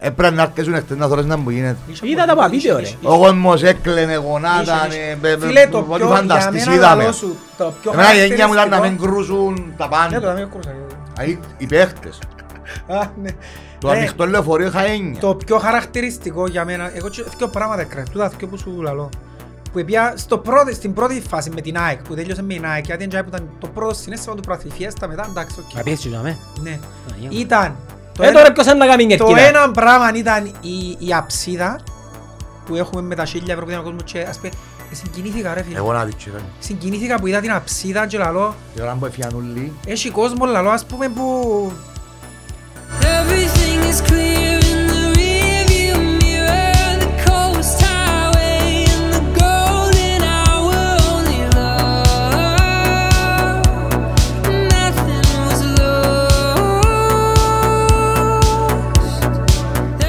Έπρεπε Ε, να αρκεζούν εκτός να θωρές να μου γίνεται. Είδα τα παπίτια, ρε. Ο κόσμος έκλαινε, γονάταν, Είσαι, ε, ε, Φίλε, το ε, ό,τι πιο, για φανταστείς, μένα είδαμε. λαλό σου, το πιο Εμένα η έννοια μου ήταν να μην χαρακτηριστικό- κρούσουν τα Ναι, το πάντα. να μην κρούσαν. Α, οι- Οι παίχτες. Α, ναι. Το Ναι, ανοιχτό λεωφορείο είχα έννοια. Το πιο χαρακτηριστικό για μένα, εγώ και δύο πράγματα έκανα, τούτα δύο που σου λαλώ. Που επία στο πρώτη, στην πρώτη φάση με την ΑΕΚ, που τέλειωσε με την ΑΕΚ, γιατί εντιάει που ήταν το πρώτο συνέστημα του πράθλη, φιέστα μετά, εντάξει, οκ. Μα πιέσεις τους, αμέ. Ναι. Παναγία μου. Ήταν, το Ε, ένα- τώρα ποιος είναι να κάνει την το κερκίδα. ένα πράγμα ήταν η, η αψίδα που έχουμε με τα χίλια ευρώ που δίνει ο κόσμος και ας πούμε, ε, συγκινήθηκα ρε φίλε. Εγώ να δείξω. ρε. Συγκινήθηκα που είδα την αψίδα και λαλώ, Η ώρα που έφυγαν όλοι. έχει κόσμο λαλώ ας πούμε που Everything is clear in the rearview mirror. The coast highway and the golden hour only love. Nothing was lost.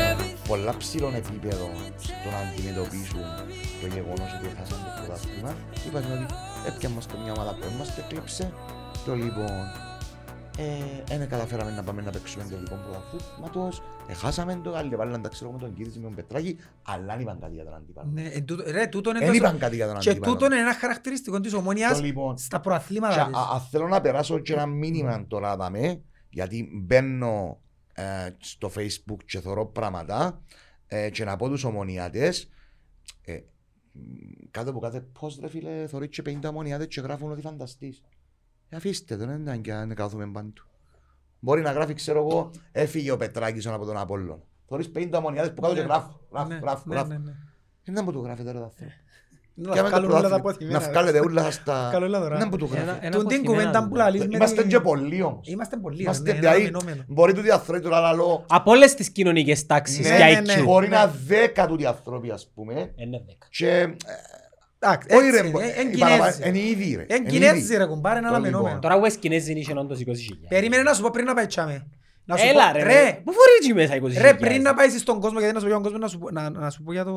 Everything. πολλά ψηλό επίπεδο στο να αντιμετωπίσουν το γεγονός ότι έχασαν το πρωτάθλημα. Είπαμε ότι έπιαμε μας και μια ομάδα που μας και κλέψε. Το λοιπόν, ε, δεν καταφέραμε να πάμε να παίξουμε το λοιπόν πρωταθλήματος. Εχάσαμε το, άλλοι βάλαν τα ξέρω με τον Κίδης με τον Πετράκη, αλλά δεν είπαν κάτι για τον αντίπαλο. Ναι, εν τούτο- ρε, τούτο είναι Δεν τόσο- είπαν κάτι για τον Και αντίπαλο. τούτο είναι ένα χαρακτηριστικό της ομόνιας Το λοιπόν. στα Και προαθλήματα α- της. α- θέλω να περάσω και ένα μήνυμα τώρα δαμε, γιατί μπαίνω ε, στο facebook και θωρώ πράγματα ε, και να πω τους ομονιάτες ε, μ, κάτω από κάθε post ρε φίλε θωρείς και 50 ομονιάτες και γράφουν ότι φανταστείς. Ε, αφήστε τον δεν ήταν και αν κάθομαι πάντου. Μπορεί να γράφει ξέρω εγώ έφυγε ο Πετράκης από τον Απόλλων. Θωρείς 50 ομονιάτες που κάτω και Ναι. γράφω, γράφω, Ναι, γράφω, ναι, γράφω. ναι, ναι. Ε, Να μου το γράφετε ρε τα θέλω. Να Και άμα το βγάλουν όλα τα πρωτάθλημα, αποθυμένα, Να ρε. βγάλετε όλα σας τα... Βγάλουν όλα δωρά. Να μου το γράφετε. Ένα- Τον την αποθυμένα κουβέντα του. που λαλείς με Είμαστε την- και πολλοί όμως. Είμαστε πολλοί, Είμαστε, ναι, δηλαδή, αναμενόμενο. μπορεί τούτοι οι άνθρωποι τώρα να λέω, Από όλες τις κοινωνικές τάξεις Ναι, και ναι, ναι. IQ. Μπορεί να δέκα τούτοι οι άνθρωποι, ας πούμε. Είναι ναι, δέκα. Και. ε, Εντάξει, Όχι, έτσι ρε. ε, μπο- είναι, εν οι Κινέζοι. παραπάνω- Είναι ήδη, ρε. Εν είναι Κινέζοι, ήδη. ρε κουμπάρε, ένα Το αναμενόμενο. λοιπόν. Τώρα ο West Κινέζοι είναι όντως 20.000. Περίμενε να σου πω πριν να πάει τσάμε. Να σου Έλα πω- ρε. ρε. Πού φορείς εκεί μέσα 20.000. Ρε, πριν να πάεις στον κόσμο, γιατί να σου πω για τον κόσμο, να σου πω- να- να σου πω για το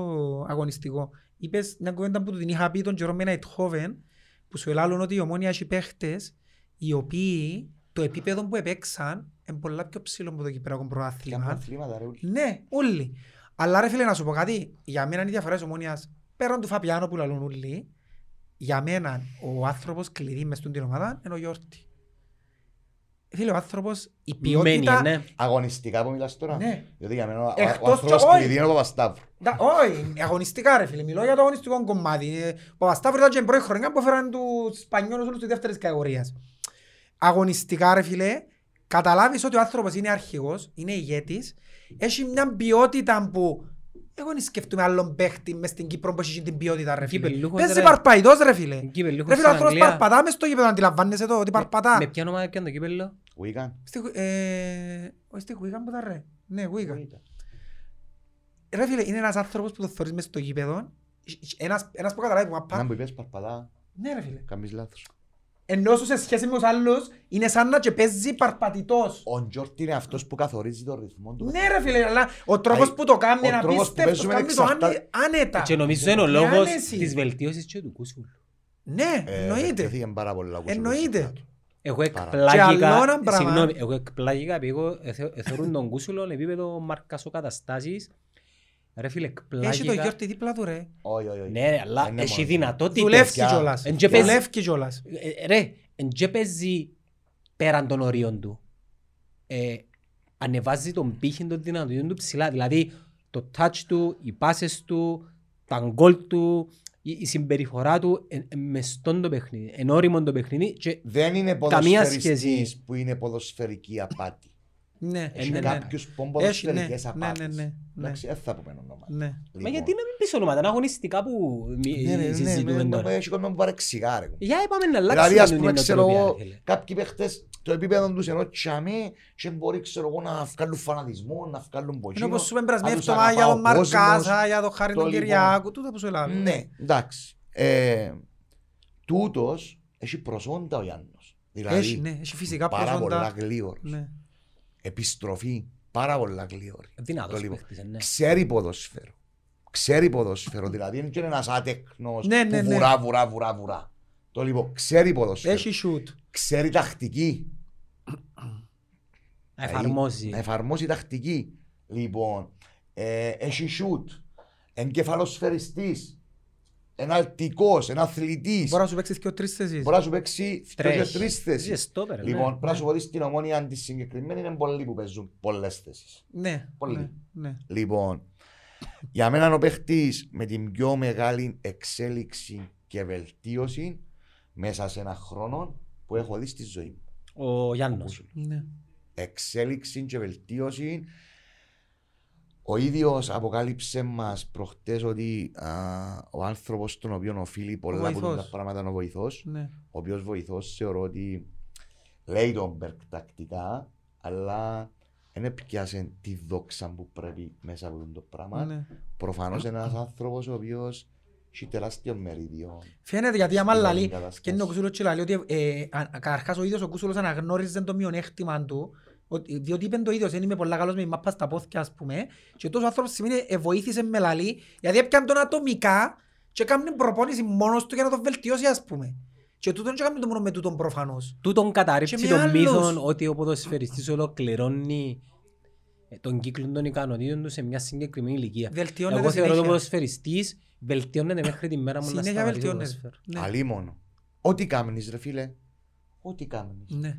αγωνιστικό. Είπες μια κουβέντα που του την είχα πει τον Τζερόμ Ναϊτχόβεν, που σου ελάλουν ότι η Ομόνια έχει παίχτες, οι οποίοι το επίπεδο που επέξαν είναι πολλά πιο ψηλό από το κυπριακό Κάνουν πρωτάθλημα. αθλήματα, ρε, ούλοι. Ναι, όλοι. Αλλά ρε φίλε να σου πω κάτι, για μένα είναι η διαφορά της ομόνιας. Πέραν του Φαπιάνο που λαλούν όλοι, για μένα ο άνθρωπος κλειδί μες στην ομάδα είναι ο Γιώργη. Φίλε, ο άνθρωπος, η ποιότητα... Μένει, ναι. Αγωνιστικά που μιλάς τώρα. Ναι. Διότι για μένα ο- ο- Εκτός ε! ο άνθρωπος κι εγώ. κλειδί είναι ο Παπασταύρου. Τα- Όχι, αγωνιστικά ρε φίλε, μιλώ για το αγωνιστικό κομμάτι. Ε, Ο Παπασταύρου ήταν και πρώτη χρονιά που έφεραν τους Σπανιόλους όλους της δεύτερης κατηγορίας. Αγωνιστικά ρε φίλε, καταλάβεις ότι ο άνθρωπος είναι αρχηγός, είναι ηγέτης, έχει μια ποιότητα που εγώ δεν σκεφτούμε άλλον παίχτη μες στην Κύπρο που έχει την ποιότητα ρε φίλε. Κυπελλούχος, Παίζει ρε. παρπαϊτός ρε φίλε. Κύπελλούχος Ρε φίλε, ο στην άνθρωπος Αγγλίας. παρπατά μες στο γήπεδο, αντιλαμβάνεσαι το ότι παρπατά. Με ποια ομάδα έπιαν το κύπελλο. Wigan. Στη- ε, όχι, στη Wigan που ήταν, ρε. Ναι, Wigan. Wigan. Ρε φίλε, είναι ένας άνθρωπος που το θωρείς μες στο γήπεδο. Ένας, ένας που καταλάβει που Να μαπά. μου είπες παρπατά, Ναι ρε φίλε. κάνεις λάθος. Ενώ σου σε σχέση με τους άλλους είναι σαν να και παίζει παρπατητός. Ο Γιόρτι είναι αυτός που καθορίζει τον ρυθμό του. Ναι ρε φίλε, αλλά ο τρόπος Αι, που το κάνει ο είναι τρόπος που απίστευτος. παίζουμε Κάνει το άνε- εξαρτά- άνετα. Και νομίζω είναι ο Με λόγος Ε, άνεση. της βελτίωσης και του κούσου. Ναι, Ε, εννοείται. εκτέθηκε πάρα πολλά ο Κούσουλος Εννοείται. συχνά του. Εγώ Και άλλο ένα εκπλάγηκα, ε, πράγμα. συγγνώμη, εγώ εκπλάγηκα επειδή εγώ ε, εθε- εθωρούν τον Κούσουλο επίπεδο μαρκασό καταστάσεις. Ρε φίλε, Έχει το εκπλάγηκα. γιόρτι δίπλα του ρε. Όχι, όχι, όχι. Ναι ρε, αλλά Είναι έχει μόνος. δυνατότητες. Δουλεύει παιδιά. κιόλας. Εν και παίζει. Δουλεύει κιόλας. Ε, Ρε, εν και παίζει πέραν των ορίων του. Ε, Ανεβάζει τον πύχη των δυνατοτήτων του ψηλά. Δηλαδή, το touch του, οι πάσες του, τα γκολ του, η, η συμπεριφορά του, ε, ε, μεστόν το παιχνίδι, ενόριμον το παιχνίδι και Δεν είναι Καμία ποδοσφαιριστής σχέση. που είναι ποδοσφαιρική απάτη. Ναι, Ε, Έχει ναι, ναι. κάποιους που είναι Έχει, ναι, ποδοσφαιρικές ναι, ναι, απάτες. ναι, ναι. Εντάξει, δεν θα πούμε ονόματα. ναι. Μα Λοιπόν. γιατί να μην πεις ονόματα, είναι αγωνιστικά που μι- Ναι, ναι, ναι, ναι, συζητούμε ναι, τώρα. Έχει κόσμο που παρεξηγά, ρε. Για είπαμε να αλλάξουμε Δηλαδή, ας την πούμε, ξέρω νοοτροπία, εγώ, ρε φίλε. κάποιοι παίχτες το επίπεδο τους ενώ τσάμε και μπορεί, ξέρω εγώ, να βγάλουν φανατισμό, να βγάλουν ποτσίνο. Είναι όπως σου είπαν περασμένη να τους εβδομάδα για αγαπά τον ο κόσμος. Μαρκάζα, για τον Χάρη Το τον λοιπόν. Κυριάκο, τούτα που σου ελάβει. Ναι, εντάξει. Ε, τούτος έχει προσόντα ο Γιάννος. Δηλαδή, Έχει, ναι, έχει φυσικά πάρα πολλά προσόντα. γλίωρος. Ναι. Επιστροφή, πάρα πολλά γλίωρη. Δυνατός Το λοιπόν. παίχτης, ε, ναι. Ξέρει ποδοσφαίρο. Ξέρει ποδοσφαίρο, δηλαδή είναι και ένας άτεκνος Ναι, που ναι, ναι. βουρά, βουρά, βουρά, βουρά. Το λοιπόν, ξέρει ποδοσφαίρο. Έχει σουτ. ξέρει τακτική. Να εφαρμόζει. Να εφαρμόζει τακτική. Λοιπόν, ε, έχει σιούτ, εγκεφαλοσφαιριστής, ένα αλτικός, ένα αθλητής. Μπορεί να σου παίξεις και ο τρεις θέσεις. Μπορεί να σου παίξει δυο και Τρέχει. τρεις Είσαι θέσεις. στόπερ, ναι. Λοιπόν, πρέπει να σου πω ότι στην ομόνια τη συγκεκριμένη είναι πολλοί που παίζουν πολλές θέσεις. Ναι, Πολύ. ναι, ναι. Λοιπόν, για μένα ο παίχτης με την πιο μεγάλη εξέλιξη και βελτίωση μέσα σε ένα χρόνο που έχω δει στη ζωή μου. Ο Γιάννος. Ναι. Εξέλιξη και βελτίωση. Ο ίδιος αποκάλυψε μας προχτές ότι α, ο άνθρωπος, τον οποίο οφείλει πολλά από βοηθός. τα πράγματα, είναι ο βοηθός. Ναι. Ο οποίος βοηθός θεωρώ ότι λέει τον Μπερκ τακτικά, αλλά δεν έπιασε τη δόξα που πρέπει μέσα από αυτό το πράγμα. ναι. Προφανώς ένας άνθρωπος ο οποίος έχει τεράστιο μερίδιο. Φαίνεται γιατί άμα Στην λαλεί, κατάσταση. και είναι ο Κούσουλος και λαλεί ότι ε, α- καταρχάς ο ίδιος ο Κούσουλος αναγνώριζε το μειονέκτημα του, ότι- διότι είπε το ίδιος, δεν είμαι πολλά καλός με μάπα στα πόθηκια ας πούμε, και τόσος άνθρωπος σημαίνει ε, βοήθησε με λαλεί, γιατί έπιαν τον ατομικά και έκανε προπόνηση μόνος του για να το βελτιώσει ας πούμε. Και τούτον και έκανε το μόνο με τούτον προφανώς. Τούτον Και καταρρύψει μια τον άλλος. μύθο ότι ο ποδοσφαιριστής ολοκληρώνει ε, τον κύκλο των ικανοτήτων του σε μια συγκεκριμένη ηλικία. Βελτιώνεται Εγώ θεωρώ ότι ο συνέχεια. ποδοσφαιριστής βελτιώνεται μέχρι τη μέρα μου να Συνέχεια σταματήσει το βελτιώνεται. ποδόσφαιρο. Ναι. Αλίμονο. Ό,τι κάνει, ρε φίλε. Ό,τι κάνει. Ναι.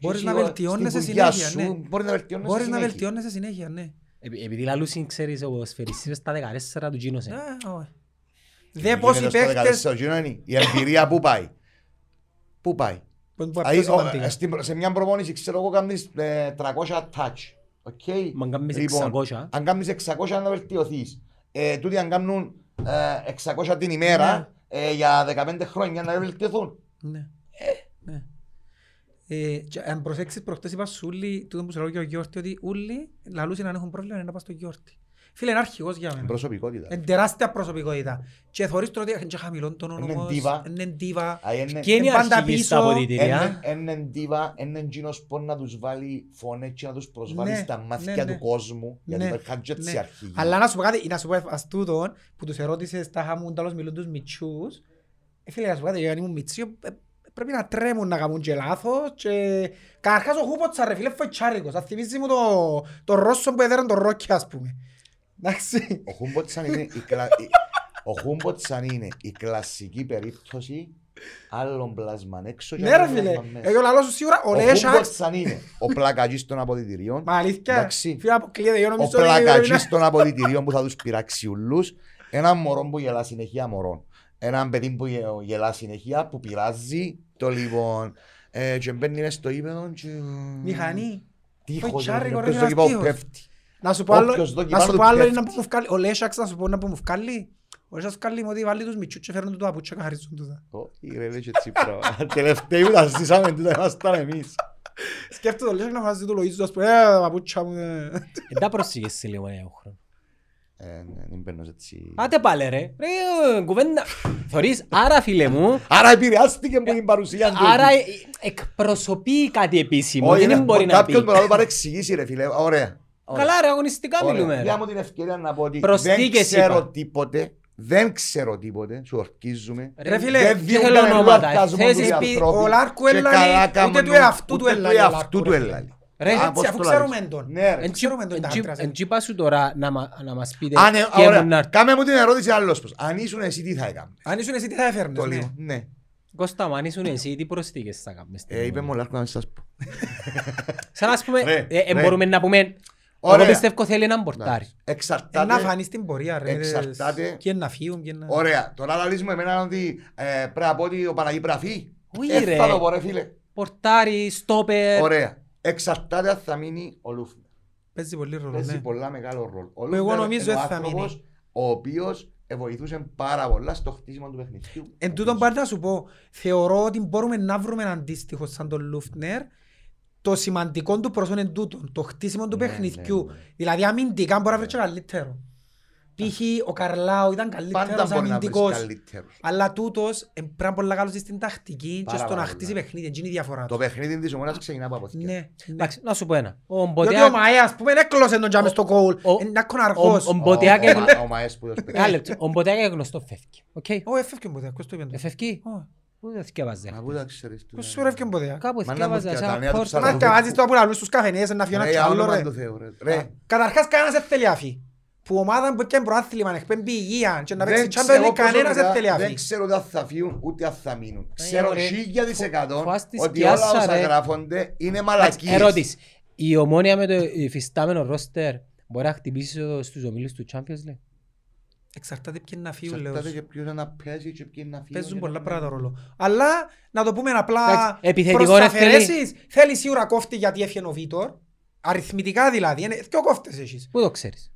Μπορείς να βελτιώνεσαι συνέχεια, ναι. Μπορείς να βελτιώνεσαι Μπορείς να συνέχεια. βελτιώνεσαι συνέχεια, ναι. Επει- Επειδή λαλούσιν ξέρεις ο ποδοσφαιριστής στα 14 του ε. γίνωσε. Α, όχι. Ναι. Και Δε που πώς οι γίνεται στο παίχτες... 14 γυρώνει, Η εμπειρία που πάει. Πού πάει. Που- που- Δηλαδή, πιο ο- σημαντικά. στην- Σε μια προπόνηση, ξέρω εγώ, κάνεις ε, 300 touch. Οκ. Μα αν κάνεις Λοιπόν, 600. αν κάνεις 600 να βελτιωθείς. Ε, τούτοι αν κάνουν ε, 600 την ημέρα ε, για 15 χρόνια να βελτιωθούν. Ναι. Ναι. Ε, και αν προσέξεις προχτές είπα σου όλοι, τούτο που σου λέω και ο Γιώργη, ότι όλοι λαλούσαν αν έχουν πρόβλημα να πας στο Γιώργη. Φίλε, είναι αρχηγός για μένα. Προσωπικότητα. Είναι τεράστια προσωπικότητα. Και θωρείς τώρα ότι είναι χαμηλόν τον Είναι όνομα, diva. είναι diva. Α, είναι- Και είναι η Ε, πάντα αρχηγής στα πίσω, αποδητηρία. Έναν diva, έναν τζίνος που να τους βάλει φωνές και να τους προσβάλλει Ναι, στα ναι, μάτια ναι. του κόσμου. Γιατί Ναι, υπήρχαν και έτσι ναι. αρχηγοί. Αλλά να σου πω κάτι, να σου πω ας τούτον, που τους ερώτησες τα χαμούν, τέλος μιλούν τους μητσούς. Ε, φίλε, να σου πω κάτι, αν ήμουν μητσί, ε, πρέπει να τρέμουν να κάνουν και λάθος και... Καταρχάς ο Χούποτσα ρε φίλε φοητσάρικος, θα θυμίζει μου το, το Ρώσο που έδεραν το Ρόκι ας πούμε. Εντάξει. Ο Χούμποτσαν είναι η, κλα... η- ο Χούμποτσαν είναι η κλασική περίπτωση άλλων πλάσμαν έξω και Ναι ρε άλλων φίλε, πλάσμαν μέσα. εγώ λαλώ σου σίγουρα, ο Ο Λέσσας, Χούμποτσαν είναι ο πλακαγής των αποδητηρίων. μα αλήθεια, Εντάξει. φίλε αποκλείεται, εγώ Ο νομίζω ότι είναι- πλακαγής των αποδητηρίων που θα τους πειράξει ούλους. Ένα μωρό που γελά συνεχεία μωρό. Ένα παιδί που γε- γελά συνεχεία που πειράζει το λοιπόν. Ε, και μπαίνει μες στο ύπεδο και... μηχανή. Τείχος, Φοητσάρικο, ρε, ποιος είναι το κυπάω ένας τείχος. πέφτει. Να σου πω άλλο, Όποιος δοκιμάζει να σου το πω άλλο πέφτει. είναι που μου βγάλει, ο Λέσσαξ να σου πω να που μου βγάλει. Ο Λέσσαξ βγάλει μου ότι βάλει τους μητσούς και φέρνουν του το απούτσο και χαρίζουν του τα. Ω, ρε, λέει και Τσίπρα. Τελευταίοι που τα ζήσαμε, τούτα ήμασταν εμείς. Σκέφτομαι το Λέσσαξ να βάζει το Λοΐζος, ας πούμε, «Ε, τα παπούτσια μου. ε». Δεν τα προσήγες σε λίγο ένα χρόνος. Ε, ναι, δεν παίρνω έτσι. Άτε πάλε ρε. Ρε ε, κουβέντα. Θωρείς, άρα φίλε μου, Άρα επηρεάστηκε από την παρουσία του. άρα εκεί. ε, εκπροσωπεί κάτι επίσημο. Όχι, Δεν ναι, μπορεί να πει. Κάποιον μπορεί να το παρεξηγήσει ρε φίλε. Ωραία. Καλά ρε, αγωνιστικά μιλούμε. Ωραία. ρε. Διά μου την ευκαιρία να πω ότι δεν Προσθήκες ξέρω είπα. τίποτε. Δεν ξέρω τίποτε. Σου ορκίζουμε. Ρε φίλε, Δεν και διούταν θέλω ελού ονόματα. αρκάζουμε Θέσεις τους πει, ανθρώπους. ο Λάρκου Και έλαλε, καλά ούτε κάμνουν, του εαυτού ούτε του έλαλε ο εαυτού Λάρκου, του ρε. έλαλε. Ρε, Α, έτσι, πώς αφού το λαλείς. ξέρουμε τον. Ναι, ρε. Ε, ξέρουμε τον τα άντρας, ε. Εν τσίπα σου τώρα να μα- να μας πείτε Α, ναι, και ωραία. ήμουν να- Κάμε μου την ερώτηση άλλος πως. Αν ήσουν εσύ τι θα έκαμε. Αν ήσουν εσύ τι θα Το έφερνες, ναι. λίγο. Ναι. Κώστα, μα αν ήσουν εσύ, τι προσθήκες θα κάνουμε στην Ε, Είπε ομάδα. μου ο Λάρκου να μην σας πω. Σαν να πούμε, Ρε, ε, ε, ρε. μπορούμε να πούμε, εγώ Ωραία. πιστεύω θέλει έναν πορτάρι. Ε, να Εξαρτάται. φανείς την πορεία, ρε. Εξαρτάται. Και να φύγουν, και να... Ωραία. Τώρα λαλίζουμε εμένα ότι ε, πρέπει να πω ότι ο Παναγί πραφεί. Όχι, Ε, ρε. θα το πω ρε φίλε. Πορτάρι, Ε, στόπερ, Ωραία. Εξαρτάται αν θα μείνει ο Λούφνερ. Παίζει πολύ ρόλο, Παίζει ναι. πολλά μεγάλο ρόλο. Ο εγώ Λούφνερ νομίζω είναι ο εν θα άνθρωπος μείνει. ο οποίος βοηθούσε πάρα πολλά στο χτίσιμο του παιχνιδιού. Εν τούτον πάντα να σου πω, θεωρώ ότι μπορούμε να βρούμε έναν αντίστοιχο σαν τον Λούφτνερ. Το σημαντικό του προσόν είναι τούτο, το χτίσιμο του Ναι, παιχνιδιού. ναι, ναι. Δηλαδή αμυντικά μπορεί να βρει και καλύτερο. Π.χ. ο Καρλάου ήταν Πάντα καλύτερος μπορεί να βρεις αμυντικός. καλύτερους. Αλλά τούτος ε, πρέπει να είναι πολύ καλός στην τακτική και Πάρα στο να πολλά. χτίσει παιχνίδι. Εκείνη η διαφορά Το του. παιχνίδι της ομόνας ξεκινά από αποθήκια. Ναι. ναι. Εντάξει, να σου πω ένα. Ο Διότι ο Μποτεάκ, Μαέ ας πούμε έκλωσε τον τζάμες στο κόλ. ο- Είναι ακόμα αργός. ο- ο- Μποτεάκ Ο- ο- έγλε- Ο Μαές που το σπέδει. ένα λεπτό, ο Μποτεάκ είναι γνωστό φεύγει. Οκ, Ω, έφευκε ο Μποδέακ, πώς το είπαν. εφευκεί, Ω, πού δεν θυκεύαζε. Μα πού τα ξέρεις του. πώς σου έφευκε ο Μποδέακ. Κάπου Μα να μου θυκεύαζε, φτιάξει, σε τα νέα ένα του πόρτο. ψάχνουν. Να καβάζεις το που λαλούν στους καφενείες, να Ρε, φιώνεις κι Ναι, για ναι. άλλο όνομα ρε. του Θεού, ρε. Ρε, Καταρχάς κανένας δεν θέλει άφη. που ομάδα που έπιανε προάθλημα, να εκπέμπει υγεία και να Δεν παίξει ξέρω Champions League, κανένας προσωπικά, δεν θέλει να Δεν φύγει. ξέρω αν θα φύγουν ούτε αν θα μείνουν. Ξέρω ρε. χίλια δισεκατό Φο- φάστης ότι όλα πιάσα, όσα ρε. γράφονται είναι Εντάξει, μαλακίες. Ερώτηση. Η ομόνια με το υφιστάμενο ρόστερ μπορεί να χτυπήσει στους ομίλους του Champions League. Εξαρτάται ποιοι να φύγουν, λέω. Εξαρτάται και ποιος να παίζει και ποιοι να φύγουν. Παίζουν και πολλά να- πράγματα ρόλο. Αλλά να το πούμε απλά Εντάξει, επιθετικό προς ρε, τα θέλει. αφαιρέσεις, θέλει σίγουρα κόφτη γιατί έφυγε ο Βίτορ. Αριθμητικά δηλαδή. Είναι δυο κόφτες έχεις. Πού το ξέρεις.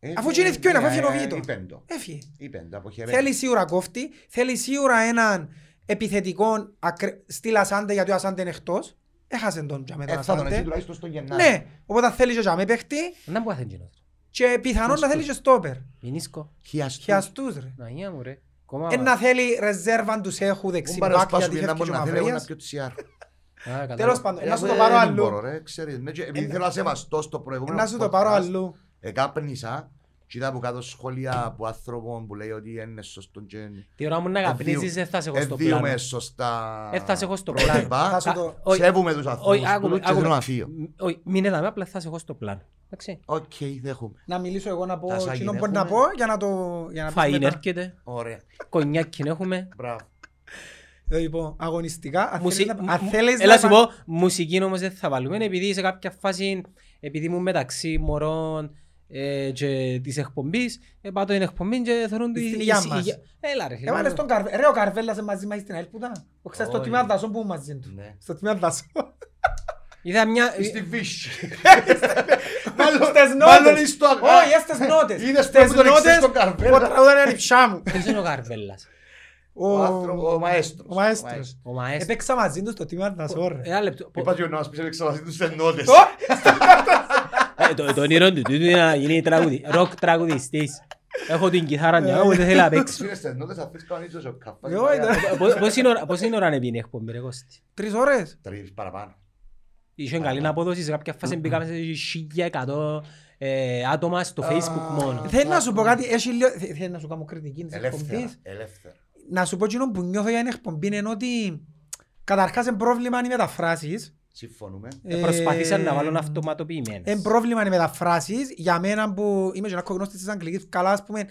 Ε, Αφού και είναι δυο, είναι, αφού έφυγε ο ε, Βίτο. Είπεν το. Έφυγε. Είπεν το, αποχαιρέτω. Θέλει σίγουρα κόφτη. Θέλει σίγουρα έναν επιθετικό ακρι- στυλ Ασάντε γιατί ο Ασάντε είναι εκτός. Έχασε τον για Ε, μετά θα τον εσύ Ασάντε. τουλάχιστον στον Γενάρη. Ναι. Οπότε θέλει και Τζαμέ παίχτη Να μπορεί να θέλει γινός. και πιθανόν να θέλει και στόπερ. Μηνίσκο. Χιαστούς. Χιαστούς ρε. Να γεια μου ρε. Κόμμα Εν Ε, να θέλει ρεζέρβαν τους έχουν Μου δεξιμπάκ παρασπάσου γιατί για να φεύγει μπορώ και ο να θέλω να Μαυρίας. πιω τσιάρ. Α, κατάλαβα. Τέλος πάντων, να σου το Ε, πάρω δεν αλλού. μπορώ, ρε, ξέρεις, ναι, και Επειδή θέλω να σεβαστώ στο προηγούμενο Να σου το podcast, ε, πάρω αλλού. Εκάπνισα και είδα από κάτω σχόλια από άνθρωπο που λέει ότι είναι σωστό και ε, Τη ώρα μου Ε, να καπνίζεις Εδίου- δεν θα σε έχω στο εδίουμε πλάνο. σωστά Ε, θα σε έχω στο πρότυπα. πλάνο. Θα σου το- Κα- όχι, Σέβουμε τους όχι, ανθρώπους άκουμε, που και θέλω άκουμε. να φύγω. Μ, όχι, Μην είδαμε, απλά θα σε έχω στο πλάνο. Εντάξει. Οκ, δέχομαι. να μιλήσω εγώ να πω Τα σαγηνεύουμε. εκείνο που μπορεί να πω για να το για να πεις Φαΐν μετά. έρχεται, Ωραία. κονιάκι έχουμε. Μπράβο. Λοιπόν, αγωνιστικά, αν Μουσι- θέλεις να- μ- αν θέλεις Έλα να... σου πα- πω, μουσική όμως δεν θα βάλουμε επειδή σε κάποια φάση, επειδή ήμουν μεταξύ μωρών ε, και της εκπομπής, ε, πάω την εκπομπή και θεωρούν Τη τη... θηλιά η- μας. Ε, η- Έλα ρε. φίλε Έβαλες μου. τον Καρβέλα, ρε ο Καρβέλας είναι μαζί μαζί στην Ελπούτα. Ο ξέρεις στο Όχι. τμήμα δασών που ήμουν μαζί του. Ναι. Στο τμήμα δασών. Είδα μια... Στη Βύση. Μάλλον στις Μάλλον νότες. εις το- Όχι, ε, στις νότες. Είδες Στις που τον ήξερες νότες, τον Καρβέλα. ο τραγούδας είναι η ψιά μου. Ποιος είναι ο Καρβέλλας. Ο άνθρωπος, ο μαέστρος. Ο μαέστρος. Ο μαέστρος. Έπαιξα μαζί του στο τμήμα δασών. Ε, ρε. Λοιπόν, Ένα λεπτό. Πο- Είπα και να μας πεις έλεξα μαζί τους ενότητες. Το- Ε, Το το όνειρο του τούτου είναι να γίνει τραγουδι- ροκ τραγουδιστής. Έχω την κιθάρα μια, όμως δεν θέλω να παίξω. Πήρες τις ενότητες, αφήσεις κανονίζεις ο καφάς. Εγώ ήταν- Ε, πο- Πώς είναι ώρα- πώς είναι ώρα να πει η εκπομπή ρε Κώστη. Τρεις ώρες. Τρεις παραπάνω. Είχε καλή απόδοση, σε κάποια φάση μπήκαμε σε 1100 ε, άτομα στο facebook μόνο. Θέλω να σου πω κάτι, έχει λίγο- θε- θέλω να σου κάνω κριτική της εκπομπής. Ελεύθερα. Ελεύθερα. Να σου πω εκείνο που νιώθω για την εκπομπή είναι ότι καταρχάς είναι πρόβλημα οι μεταφράσεις. Συμφωνούμε. Ε, Προσπαθήσα Ε, να βάλω αυτοματοποιημένες. Είναι πρόβλημα οι μεταφράσεις. Για μένα που είμαι και ένας κογνώστης της Αγγλικής, καλά ας πούμε.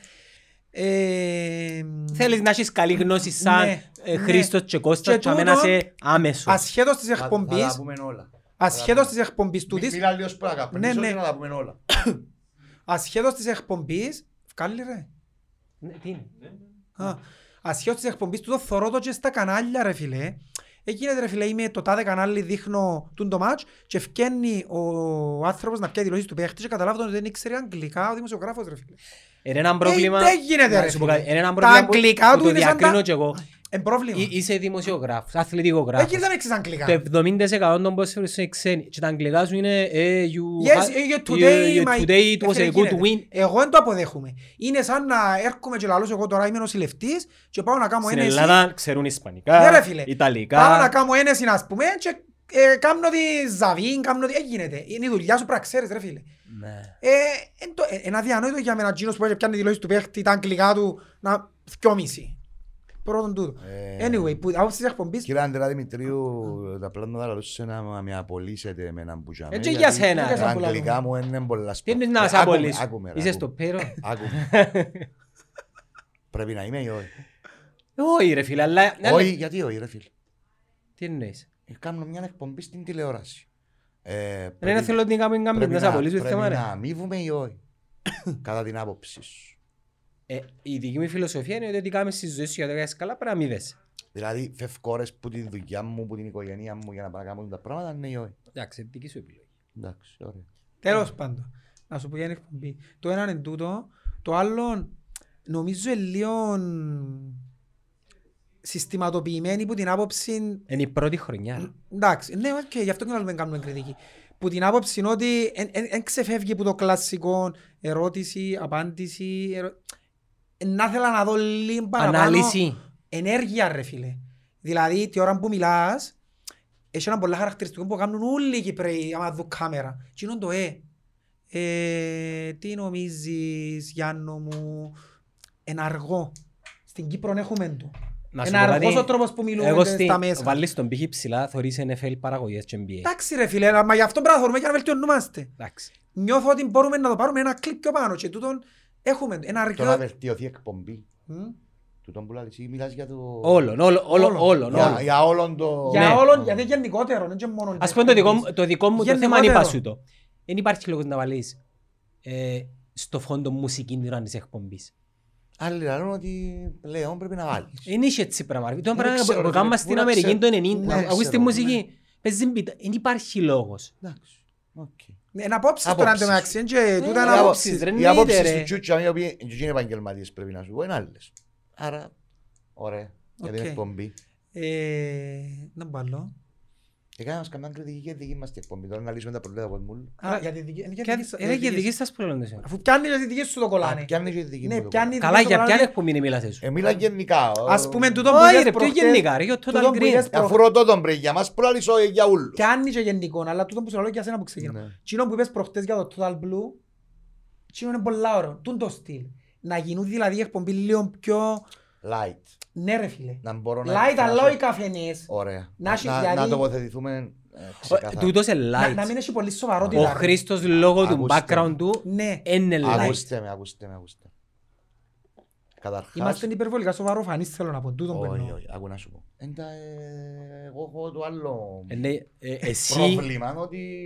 Ε, Θέλεις να έχεις καλή γνώση σαν Ναι, ε, ναι. Χρήστος και Κώστας Και και αμένα τούτον, σε άμεσο. Ασχέτως της Θα- Θα τα εκπομπής, πούμε όλα. ασχέτως της εκπομπής Μι- τούτης, Μιλά λίγο σπουδά καπνίσω Ναι, ναι. και να τα πούμε όλα. ασχέτως της εκπομπής, βγάλει ρε. Ναι, τι είναι. Α, Ασχέτως της εκπομπής τούτο θωρώ το και στα κανάλια ρε φίλε. Εκείνεται ρε φίλε, είμαι το τάδε κανάλι, δείχνω τούν το μάτς και φκαίνει ο άνθρωπος να πιάει τη λόγη του παίχτη και καταλάβει ότι δεν ήξερε αγγλικά ο δημοσιογράφος ρε φίλε. Είναι ένα Ε, πρόβλημα... δεν γίνεται, Να ρε, σου πω φίλε. κάτι. Είναι ένα Τα πρόβλημα που- αγγλικά που του το είναι σαν τα- διακρίνω κι εγώ. Εν πρόβλημα. Ε, Ε, Είσαι δημοσιογράφος, Εκεί αθλητικογράφος. δεν έξεις αγγλικά. Το 70% των πόσφαιρων είναι ξένοι και τα αγγλικά σου είναι ε, you Yes, you- ha- you- today, my... today it was Φίλε, a good γίνεται. win. Εγώ δεν το αποδέχομαι. Είναι σαν να έρχομαι και λαλώσω εγώ τώρα είμαι νοσηλευτής και πάω να κάνω Στην ένεση. Ελλάδα ξέρουν Ναι, ρε Ισπανικά, φίλε. Πάω να Ιταλικά. κάνω ένεση ας πούμε και ε, κάνω τη ζαβή, κάνω τη... Ε, γίνεται. Είναι η δουλειά σου πρέπει να ξέρεις ρε φίλε. Ναι. Ε, εν το- ε, ένα διανόητο για μένα τζίνος που έχει πιάνει τη λόγη του παίχτη, τα αγγλικά του, να δυόμιση. Πρώτον τούτο. Ε, Anyway, που άποψη της εκπομπής, Κύριε Αντρέα Δημητρίου, τα πλάνα θα λαλούσε να με απολύσετε εμένα που τζαμί. Έτσι για γιατί σένα, Τα ρε. αγγλικά μου είναι πολλά Τι σπα- είναι Ε, να σε άκουμε, απολύσει. άκουμε, ρε, Είσαι άκουμε. στο πέρο. Άκουμε. Πρέπει να είμαι ή όχι. Όχι ρε φίλε, αλλά... Ναι, Όχι, γιατί όχι ρε φίλε. Τι εννοείς. Ε, Κάνω μια εκπομπή στην τηλεόραση. Ε, Δεν είναι πρέπει- θέλω ότι κάνουμε κάνουμε πρέπει να σε να- απολύσουν πρέπει θέμα ρε. να αμείβουμε ή όχι. Κατά την άποψή σου. Ε, Η δική μου φιλοσοφία είναι ότι ό,τι κάνεις στη ζωή σου για να το κάνεις καλά πρέπει να μη δες. Δηλαδή, φεύγω ώρες που τη δουλειά μου, που την οικογένεια μου για να πάω να κάνω τα πράγματα, ναι ή όχι. Εντάξει, δική σου επιλογή. Εντάξει, ωραία. Τέλος πάντων. Να σου πω για την εκπομπή. Το ένα είναι τούτο. Το άλλο νομίζω είναι λίγο συστηματοποιημένη που την άποψη... Είναι η πρώτη χρονιά. Εντάξει, ναι, οκ, γι' αυτό και να μην κάνουμε κριτική. Που την άποψη είναι ότι δεν ξεφεύγει από το κλασικό ερώτηση, απάντηση. Ερω... Να θέλω να δω λίγο παραπάνω Ανάλυση. ενέργεια ρε φίλε. Δηλαδή τη ώρα που μιλάς, έχει ένα πολλά χαρακτηριστικό που κάνουν όλοι οι Κυπρέοι άμα δουν κάμερα. Τι είναι το ε. ε τι νομίζεις Γιάννο μου, εναργό. Στην Κύπρο έχουμε το. Να σου Είναι πω κάτι, αργός ο τρόπος που μιλούμε εγώ τε- στη- στα μέσα. Βάλεις τον πύχη ψηλά, θωρείς NFL παραγωγές και NBA. Εντάξει ρε φίλε, μα γι' αυτό πράγμα θέλουμε και να βελτιωνούμαστε. Εντάξει. Νιώθω ότι μπορούμε να το πάρουμε ένα κλικ πιο πάνω και τούτον έχουμε ένα Το να αρκετό... βελτιωθεί η εκπομπή. Ναι. Μμ. Του τον που λάλλεις ή μιλάς για το... Όλων, όλων, όλων, Όλων. όλων, Για- όλων. Για όλον το... Για Ναι. όλον, γιατί είναι γενικότερο, είναι και μόνο... Ας πούμε το δικό, μου- το δικό μου το θέμα Γενικότερα. αν είπα σου το. Δεν υπάρχει λόγος να βάλεις ε, στο φόντο μουσική durant της εκπομπής. Άλλοι λένε ότι πλέον πρέπει να βάλεις. Δεν είχε έτσι πράγμα. ρε. Το Δεν πράγμα ξέρω, που ρε, φίλε, κάνουμε στην πού να Αμερική ξέρω. το Ναι, 90, ακούς τη ξέρω, μουσική. Παίζει μπίτα. Δεν υπάρχει λόγος. Εντάξει. Οκ. Είναι απόψεις τώρα, Απόψεις. αντιμεταξύ, είναι και Ναι, τούτα είναι Οι απόψεις. απόψεις, ρε. Οι εννοείται, απόψεις ρε. του Τσούτσα, οι οποίοι και είναι επαγγελματίες πρέπει να σου πω, είναι άλλες. Άρα, ωραία, για την Οκ. εκπομπή. Ε, Να μπαλώ. Έκανα μας καμιά κριτική για τη δική μας την εκπομπή. Τώρα να λύσουμε τα προβλήματα που μου. Α, για τη δική- είναι Ε, για τη δική σου- Είναι για τη ε, και δική δική σου. σας προβλήματος. Αφού πιάνει για τη δική σου το κολλάνε. Α, Πιάνει και η δική Ναι, μου. το πιάνει. κόμμα. Καλά, δική για σου ποια προβλήμα- εκπομπή είναι μιλάτε σου. Ε, Μίλα γενικά. ο- Ε, Ας πούμε τούτο που Όχι είδες ρε, πιο προχτές, γενικά ρε, για το τούτο Total που Green. είδες Αφού προχ- ρωτώ τον πριν για μας, που λαλείς όχι για ούλους. Πιάνει και γενικό, αλλά τούτο που σου λέω και για σένα που ξεκινώ. Ναι. Τσινό που είπες προχτές για το Total Blue, τσινό είναι πολλά ωραίο. Τούν το στυλ. Να γίνουν δηλαδή η εκπομπή λίγο πιο... Light. Ναι ρε φίλε. Να μπορώ να... Light, εκφράσω- αλλά όχι καφενές. Ωραία. Να Να, έχεις να, δηλαδή- να τοποθετηθούμε ε, Ε, ξεκάθαρα. Τούτος Να είναι να μην light. έχει πολύ Ο σοβαρότητα. ρε. Χρήστος λόγω του Ακούστε. background του Ναι. Ε, είναι light. Ακούστε με, ακούστε με, ακούστε. Καταρχάς... Είμαστε υπερβολικά σοβαροφανείς θέλω να πω. Τούτο που Όχι, εννοώ. όχι, άκου να σου πω. Εν τα, ε, εγώ έχω το άλλο Ε, ναι, ε, Εσύ, πρόβλημα, ότι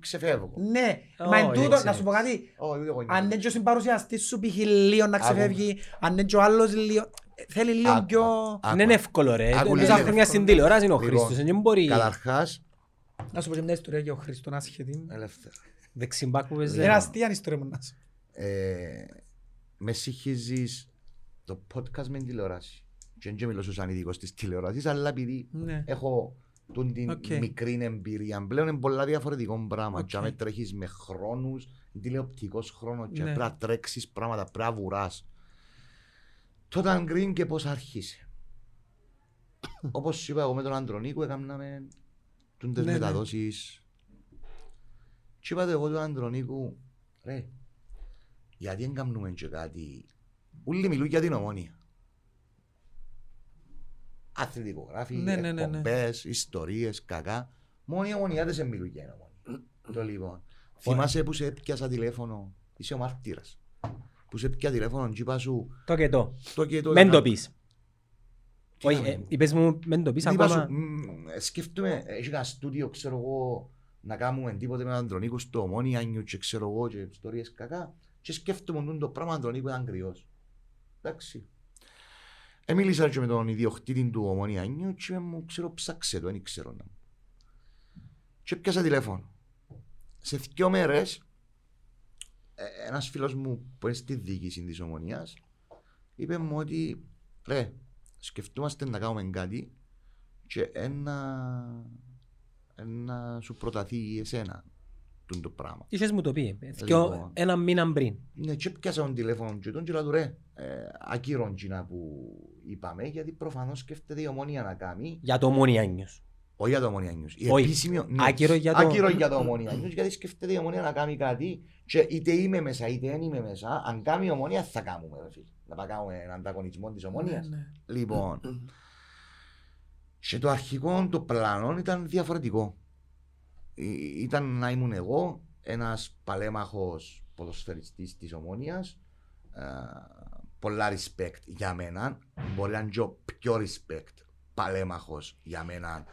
ξεφεύγω. Ναι, Ω, μα εν έτσι, τούτο, να έτσι. σου πω κάτι. Όχι, ούτε εγώ είμαι. Αν είναι και ο συμπαρουσιαστής σου π.χ. λίγο να ξεφεύγει, αν είναι και ο άλλος λίγο... Θέλει λίγο Άκου, πιο... άκου. δεν είναι εύκολο ρε. Άκου, Τόσα λέει, χρόνια στην εύκολο. τηλεόραση είναι ο Λοιπόν, Χρήστος, δεν μπορεί. Καταρχάς, Να σου πω και μια ιστορία για ο Χριστόν ασχετή. ελεύθερα. Δεξιμπάκ που παίζει. Ναι. Είναι αστεία η ιστορία μου να σου. Ε, με συγχύζεις το podcast με την τηλεόραση. Και δεν και μιλώ στους ανειδικούς της τηλεόρασης, αλλά επειδή Ναι. έχω τούν την Οκ. μικρή εμπειρία. Πλέον είναι πολλά διαφορετικό πράγμα. Οκ. Και αν τρέχεις με χρόνους, τηλεοπτικός χρόνος και Ναι. πρέπει να τρέξεις πράγματα, πρέπει να βουράς. Total Green και πώς άρχισε. Όπως σου είπα εγώ με τον Αντρονίκο έκαναμε τούντες Ναι, ναι. μεταδόσεις. Και είπα το εγώ του Αντρονίκου, ρε, γιατί δεν κάνουμε και κάτι. Ούλοι μιλούν για την ομόνια. Αθλητικογράφοι, Ναι, ναι, ναι, ναι. εκπομπές, ιστορίες, κακά. Μόνο οι ομονιάτες δεν μιλούν για την ομόνια. Το λοιπόν. Θυμάσαι που σε έπιασα τηλέφωνο, είσαι ο μάρτυρας. Που σε έπια τηλέφωνο και είπα σου, Το και το. το και το... Μεν το έκανα». πεις. Τι Όχι, να ε, μην- είπες μου μεν το πεις τι είπα ακόμα. σου, «Μμμ, ε, σκέφτομαι, έχει ένα στούντιο, ξέρω εγώ, να κάνουμε τίποτε με τον Αντρονίκο στο Ομόνια νιου και ξέρω εγώ και ιστορίες κακά και σκέφτομαι τούτο το πράγμα Αντρονίκο ήταν κρυός. Εντάξει. Ε, μίλησα και με τον ιδιοκτήτη του Ομόνια νιου και είπε μου ξέρω ψάξε το, δεν ξέρω να μου. Και πιάσα τηλέφωνο. Σε δυο μέρες ε, ένας φίλος μου που είναι στη διοίκηση της Ομονίας είπε μου ότι ρε, σκεφτούμαστε να κάνουμε κάτι και ένα, ένα σου προταθεί εσένα τον το πράγμα. Είχες μου το πει. ε, Λοιπόν. δυο- Ένα μήνα πριν. Ναι, και πιάσα τον τηλέφωνο και τον και λέω του, ρε, ε, ακύρων κοινά που είπαμε, γιατί προφανώς σκέφτεται η ομόνια να κάνει, Για το Μουνιάνιος. όχι για το ομόνια νιους. Η Όχι. επίσημη- ναι, Άκυρο για το- άκυρο για το ομόνια νιους, γιατί σκέφτεται η ομόνια να κάνει κάτι και είτε είμαι μέσα είτε δεν είμαι μέσα, αν κάνει η ομόνια θα κάνουμε, ρε φίλε. Να πάμε κάνουμε έναν ανταγωνισμό της ομόνιας. Ναι, Λοιπόν. Και το αρχικό το πλάνο ήταν διαφορετικό. Ή- Ήταν να ήμουν εγώ, ένας παλέμαχος ποδοσφαιριστής της Ομόνιας, ε, πολλά respect για μένα, μπορεί να είναι και ο πιο respect παλέμαχος για μένα,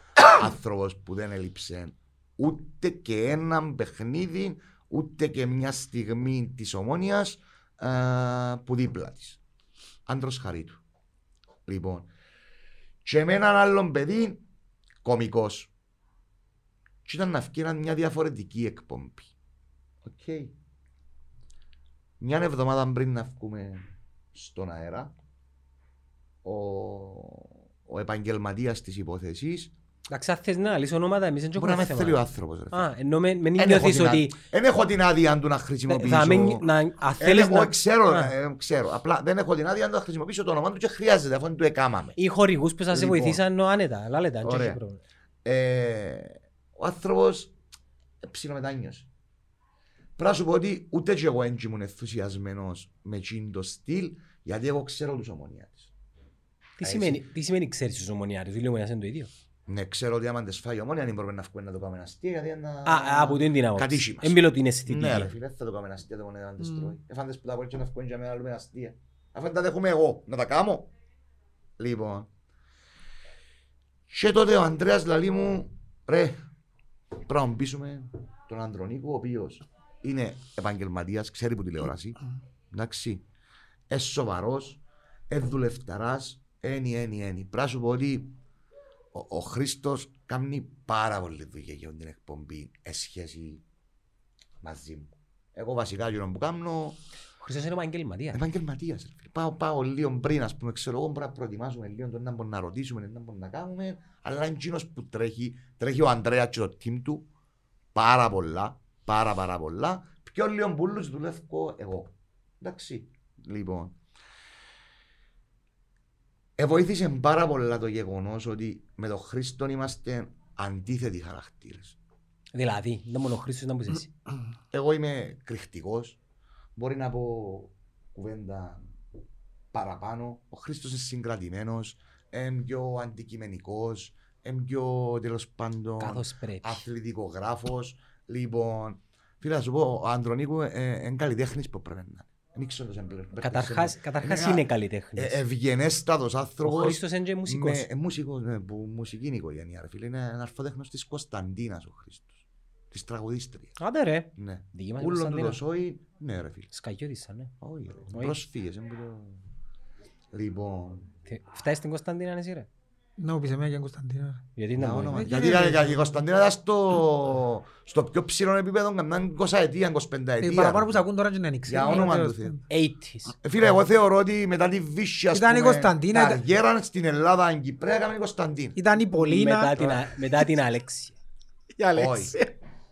άνθρωπος που δεν έλειψε ούτε και έναν παιχνίδι, ούτε και μια στιγμή της Ομόνιας ε, που δίπλα της. Άντρος χαρίτου. Λοιπόν, και με έναν άλλον παιδί κωμικός. Και ήταν να φτιάχναν μια διαφορετική εκπομπή. Οκ. Μια εβδομάδα πριν να βγούμε στον αέρα, ο, ο επαγγελματίας της υπόθεσης Εντάξει, αν θες να λύσεις ονόματα, εμείς δεν μπορεί να έχουμε με θέλει ο θέμα. άνθρωπος. ρε. Α, ενώ με μην Εν έχω νιώθεις την α- ότι εν έχω την άδεια του να ε, χρησιμοποιήσω. θα μην- να- αν Εν θέλεις έχω, να... ξέρω, Α. ε, ξέρω. Απλά δεν έχω την άδεια να χρησιμοποιήσω το όνομά του και χρειάζεται, αφού του εκάμαμε. Οι χορηγούς που σας Λοιπόν. βοηθήσαν νο, άνετα, λάλετα, δεν Ωραία. έχει πρόβλημα. ε, ο άνθρωπος ψιλομετάνιωσε. Πρέπει να σου πω ότι ούτε και εγώ δεν ήμουν ενθουσιασμένος με τσιν το στυλ, γιατί εγώ ξέρω τους ομονιάτε. Τι Τι σημαίνει, τι σημαίνει ξέρεις τους ομονιάτες, δηλαδή ομονιάς είναι το ίδιο. Ναι, ξέρω ότι άμα τις φάει ο Ομόνια, αν μπορούμε να βγούμε να το πάμε αστεία, γιατί να... Α, ε, από την την άποψη. Κατήχη μας. Εν μιλώ ότι είναι αισθητική. Ναι, ρε φίλε, θα το κάνουμε αστεία το Ομόνια να τις τρώει. Εφάντες που τα πόλτια να βγούμε για μένα, λέμε αστεία. Αφού δεν τα δέχομαι εγώ, να τα κάνω. Λοιπόν. Και τότε ο Ανδρέας λαλεί μου, ρε, πρέπει να μπήσουμε τον Ανδρονίκο, ο οποίος είναι επαγγελματίας, ξέρει που τηλεόραση. Εντάξει. Ε σοβαρός, ε δουλευταράς, ένι, ένι, ένι. Πρέπει να σου πω ότι ο, ο Χρήστος κάνει πάρα πολλή δουλειά για την εκπομπή σε σχέση μαζί μου. Εγώ βασικά γύρω που κάνω Ο Χριστός είναι επαγγελματίας. επαγγελματίας. Πάω, πάω λίγο πριν, ας πούμε, ξέρω εγώ, μπορούμε να προετοιμάσουμε λίγο το να μπορούμε να ρωτήσουμε, να μπορούμε να κάνουμε. Αλλά είναι εκείνος που τρέχει, τρέχει ο Αντρέα και το team του πάρα πολλά, πάρα πάρα πολλά. Πιο λίγο μπουλούς δουλεύω εγώ. Εντάξει, λοιπόν. Εβοήθησε πάρα πολλά το γεγονός ότι με τον Χρήστον είμαστε αντίθετοι χαρακτήρες. Δηλαδή, δεν μόνο ο Χρήστος να πεις εσύ. Εγώ είμαι κρυκτικός. Μπορεί να πω κουβέντα παραπάνω. Ο Χρήστος είναι συγκρατημένος, είναι πιο αντικειμενικός, είναι πιο τέλος πάντων Καθώς πρέπει. αθλητικογράφος. Λοιπόν, φίλε, να σου πω, ο Αντρονίκου είναι καλλιτέχνης που πρέπει να είναι. Δεν ήξερα το σέμπλερ. Καταρχάς, καταρχάς Ναι, είναι α, καλλιτέχνης. ε, ευγενέστατος Ο άνθρωπος. Χρήστος είναι και μουσικός. Με, ε, μουσικός, ναι, που μουσική είναι η οικογένεια, ρε φίλε. Είναι ένας αρφοδέχνος της Κωνσταντίνας ο Χρήστος. Της τραγουδίστριας. Άντε ρε. Ναι. Δική μας η Ούλον του το Κωνσταντίνα. σόι, ναι ρε φίλε. Σκαγιώτησα, ναι. Όχι, ρε. Όχι. Πρόσφυγες. δεν μπορώ. Λοιπόν, Θε- Φτάσεις στην Κωνσταντίνα, ναι, εσύ ρε. Να μου πεις εμένα και Κωνσταντίνα. Γιατί τα να όνομα. ε, πω. Γιατί κύριε. ρε, γιατί η Κωνσταντίνα ήταν στο, στο πιο ψηλό επίπεδο, καμιά 20 ετία, 25 Ε, ετία. Παραπάνω που σε ακούν τώρα και Ε, να ανοίξει. Για όνομα του Θεού. 80s. Ε, Φίλε, εγώ θεωρώ ότι μετά τη Βύση, ας Ήταν η πούμε, Κωνσταντίνα, ήταν- καριέρα στην Ελλάδα, αν Κυπρέα, έκαμε η Κωνσταντίνα. Ήταν η Πολίνα. Μετά την α- Μετά την Αλέξη. Η Όχι.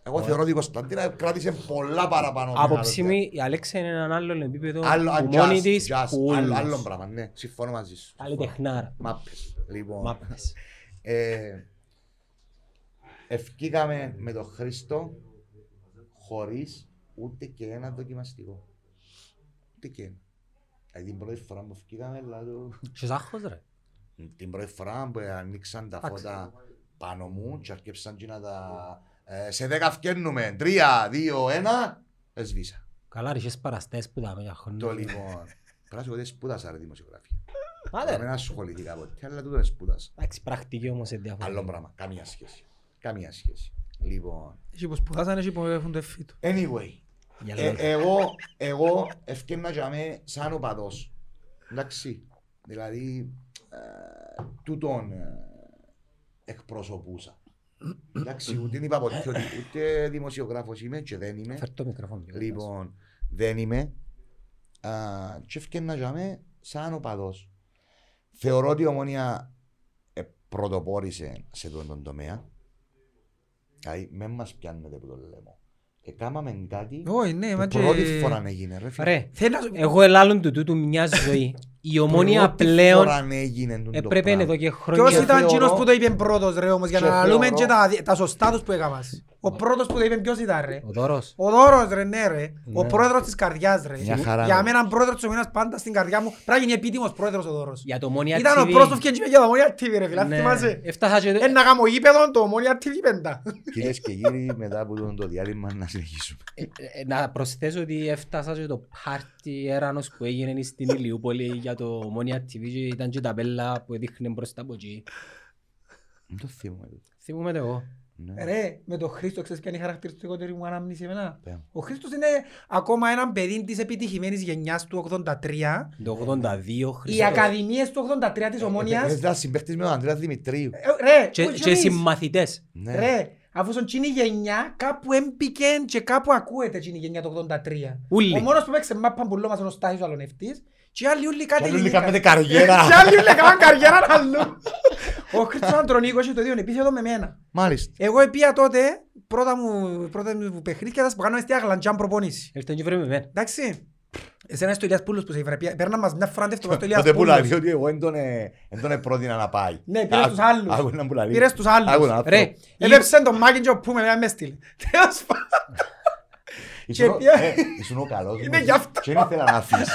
Εγώ θεωρώ ότι η Κωνσταντίνα κράτησε πολλά παραπάνω. Άποψή μεγάλο μου, η Αλέξα είναι έναν άλλο επίπεδο Άλλο, που α, μόνη jazz, της jazz, που άλλο, ούλος. άλλο πράγμα, ναι. Συμφωνώ μαζί σου. Καλλιτεχνάρα. Μάπες. Λοιπόν, Μάπες. ε, ευκήκαμε με τον Χρήστο χωρίς ούτε και ένα δοκιμαστικό. Ούτε και ένα. Δηλαδή την πρώτη φορά που ευκήκαμε, αλλά το... Και ο Ζάχος ρε. την πρώτη φορά που ανοίξαν τα Εντάξει. φώτα πάνω μου και αρκέψαν και να τα... Ε, σε δέκα φκένουμε, τρία, δύο, ένα, εσβήσα. Καλά ρε, είχες παραστές που τα μέσα χρόνια. Το λοιπόν. Πρέπει να σου πω ότι σπούδασα ρε δημοσιογραφία. Άντε Δεν ρε. ασχοληθήκα ποτέ, αλλά τούτο δεν σπούδασα. Εντάξει, πρακτική όμως σε διάφορα. Άλλο πράγμα. Καμία σχέση. Καμία σχέση. Λοιπόν. Έχει που σπουδάσαν, έχει που έχουν το εφήτο. Anyway, Για ε, λόγια. εγώ, εγώ ευκαιρνά για μέ σαν οπαδός. Εντάξει. Δηλαδή, ε, τούτον ε, εκπροσωπούσα. Εντάξει, ούτε είπα ποτέ ότι ούτε δημοσιογράφος είμαι και δεν είμαι. Φέρ' το μικρόφωνο πιο κοντά σου. Λοιπόν, δεν είμαι. Α, και ευκαιρνά για μέ σαν οπαδός. Θεωρώ ότι η Ομόνια ε, πρωτοπόρησε σε αυτόν τον τομέα. Δηλαδή, με μας πιάνετε που το λέμε. Εκάμαμε κάτι Όχι, ναι, μα που και... Ε, πρώτη Ε, φορά έγινε ρε φίλε. Ρε, Θέλω να σου εγώ ελάλλον του τούτου μια ζωή. Η ομόνια Πρώτη πλέον φορά έγινε τούτο έπρεπε πράγμα. εδώ και Ποιος χρόνια. ήταν θεωρώ- εκείνος που το είπε πρώτος ρε όμως για Και να λούμε θεωρώ- και τα, τα σωστά τους που έκαμας. Ο πρώτος που το είπε ποιος ήταν ρε. Ο Δώρος. Ο Δώρος ρε ναι ρε. Ο Ναι. πρόεδρος της καρδιάς ρε. Μια χαρά, ναι. Για ρε. μένα πρόεδρος της ομονίας πάντα στην καρδιά μου. Πρέπει να γίνει επίτιμος πρόεδρος ο Δώρος. Για το Ομόνια Ήταν ο TV. πρώτος που έγινε για το Ομόνια TV ρε φίλε. αν Ναι. Θυμάσαι. Έφτασα και... Ένα γάμο γήπεδο το Ομόνια TV πέντα. Κυρίες και κύριοι μετά από τον το διάλειμμα να συνεχίσουμε. Ε, ε, να προσθέσω ότι έφτασα και το πάρτι έρανος που έγινε στην Ηλιούπολη για το Ομόνια TV και ήταν και τα πέλα που έδειχνε μπροστά από εκεί. Δεν το θυμούμαι. τούτο. Θυμούμαι το εγώ. Ναι. Ρε με τον Χρήστο ξέρεις ποια είναι η χαρακτηριστικότερη μου ανάμνηση εμένα. Πέρα. Ο Χρήστος είναι ακόμα έναν παιδί της επιτυχημένης γενιάς του 83. Ε. Το 82 Οι Χριστός. ακαδημίες του 83 της Ομόνιας Ε, ήταν συμπαίκτης με τον Ανδρέα Δημητρίου. Ε, Ρε, Και, που και χιονίζει. συμμαθητές. Ναι. Ρε, αφού στον τσίνη γενιά κάπου έμπηκε και κάπου ακούεται τσίνη γενιά το 83. Ούλοι. Ο μόνος που παίξε μάπα πουλό μας είναι ο Στάχης ο Αλονευτής και οι άλλοι ούλοι κάτι Και άλλοι γεννήκαν. κάνετε καριέρα. Και οι άλλοι ούλοι έκαναν καριέρα αλλού. Ο Χρήστος Αντρονίκος είχε το ίδιο επίθετο με μένα. Μάλιστα. Εγώ επία τότε πρώτα μου, πρώτα μου παιχνίδια ήταν που κάνω εστία γλαντζάν προπόνηση. Ήρθαν και βρε με εμένα. Εντάξει. Εσένα στο Ηλιάς Πούλος που σε ήβρε, πια- παίρνα μας μια φορά δεύτερο στο Ηλιάς Τότε που Πούλος. λέει ότι εγώ δεν τον, ε, δεν τον πρότεινα να πάει. Ναι, πήρε στους άλλους. Άκουνα που λέει. Πήρες τους άλλους. Άκουνα. Ρε, Ρε. η- Έπεψε τον Μάκιντζο που με με έστειλε. Τέλος πάντων. Ήσουν, ο- πια- ε, ήσουν ο καλός Είναι μου. γι' αυτό. Και δεν ήθελα να φύγεις.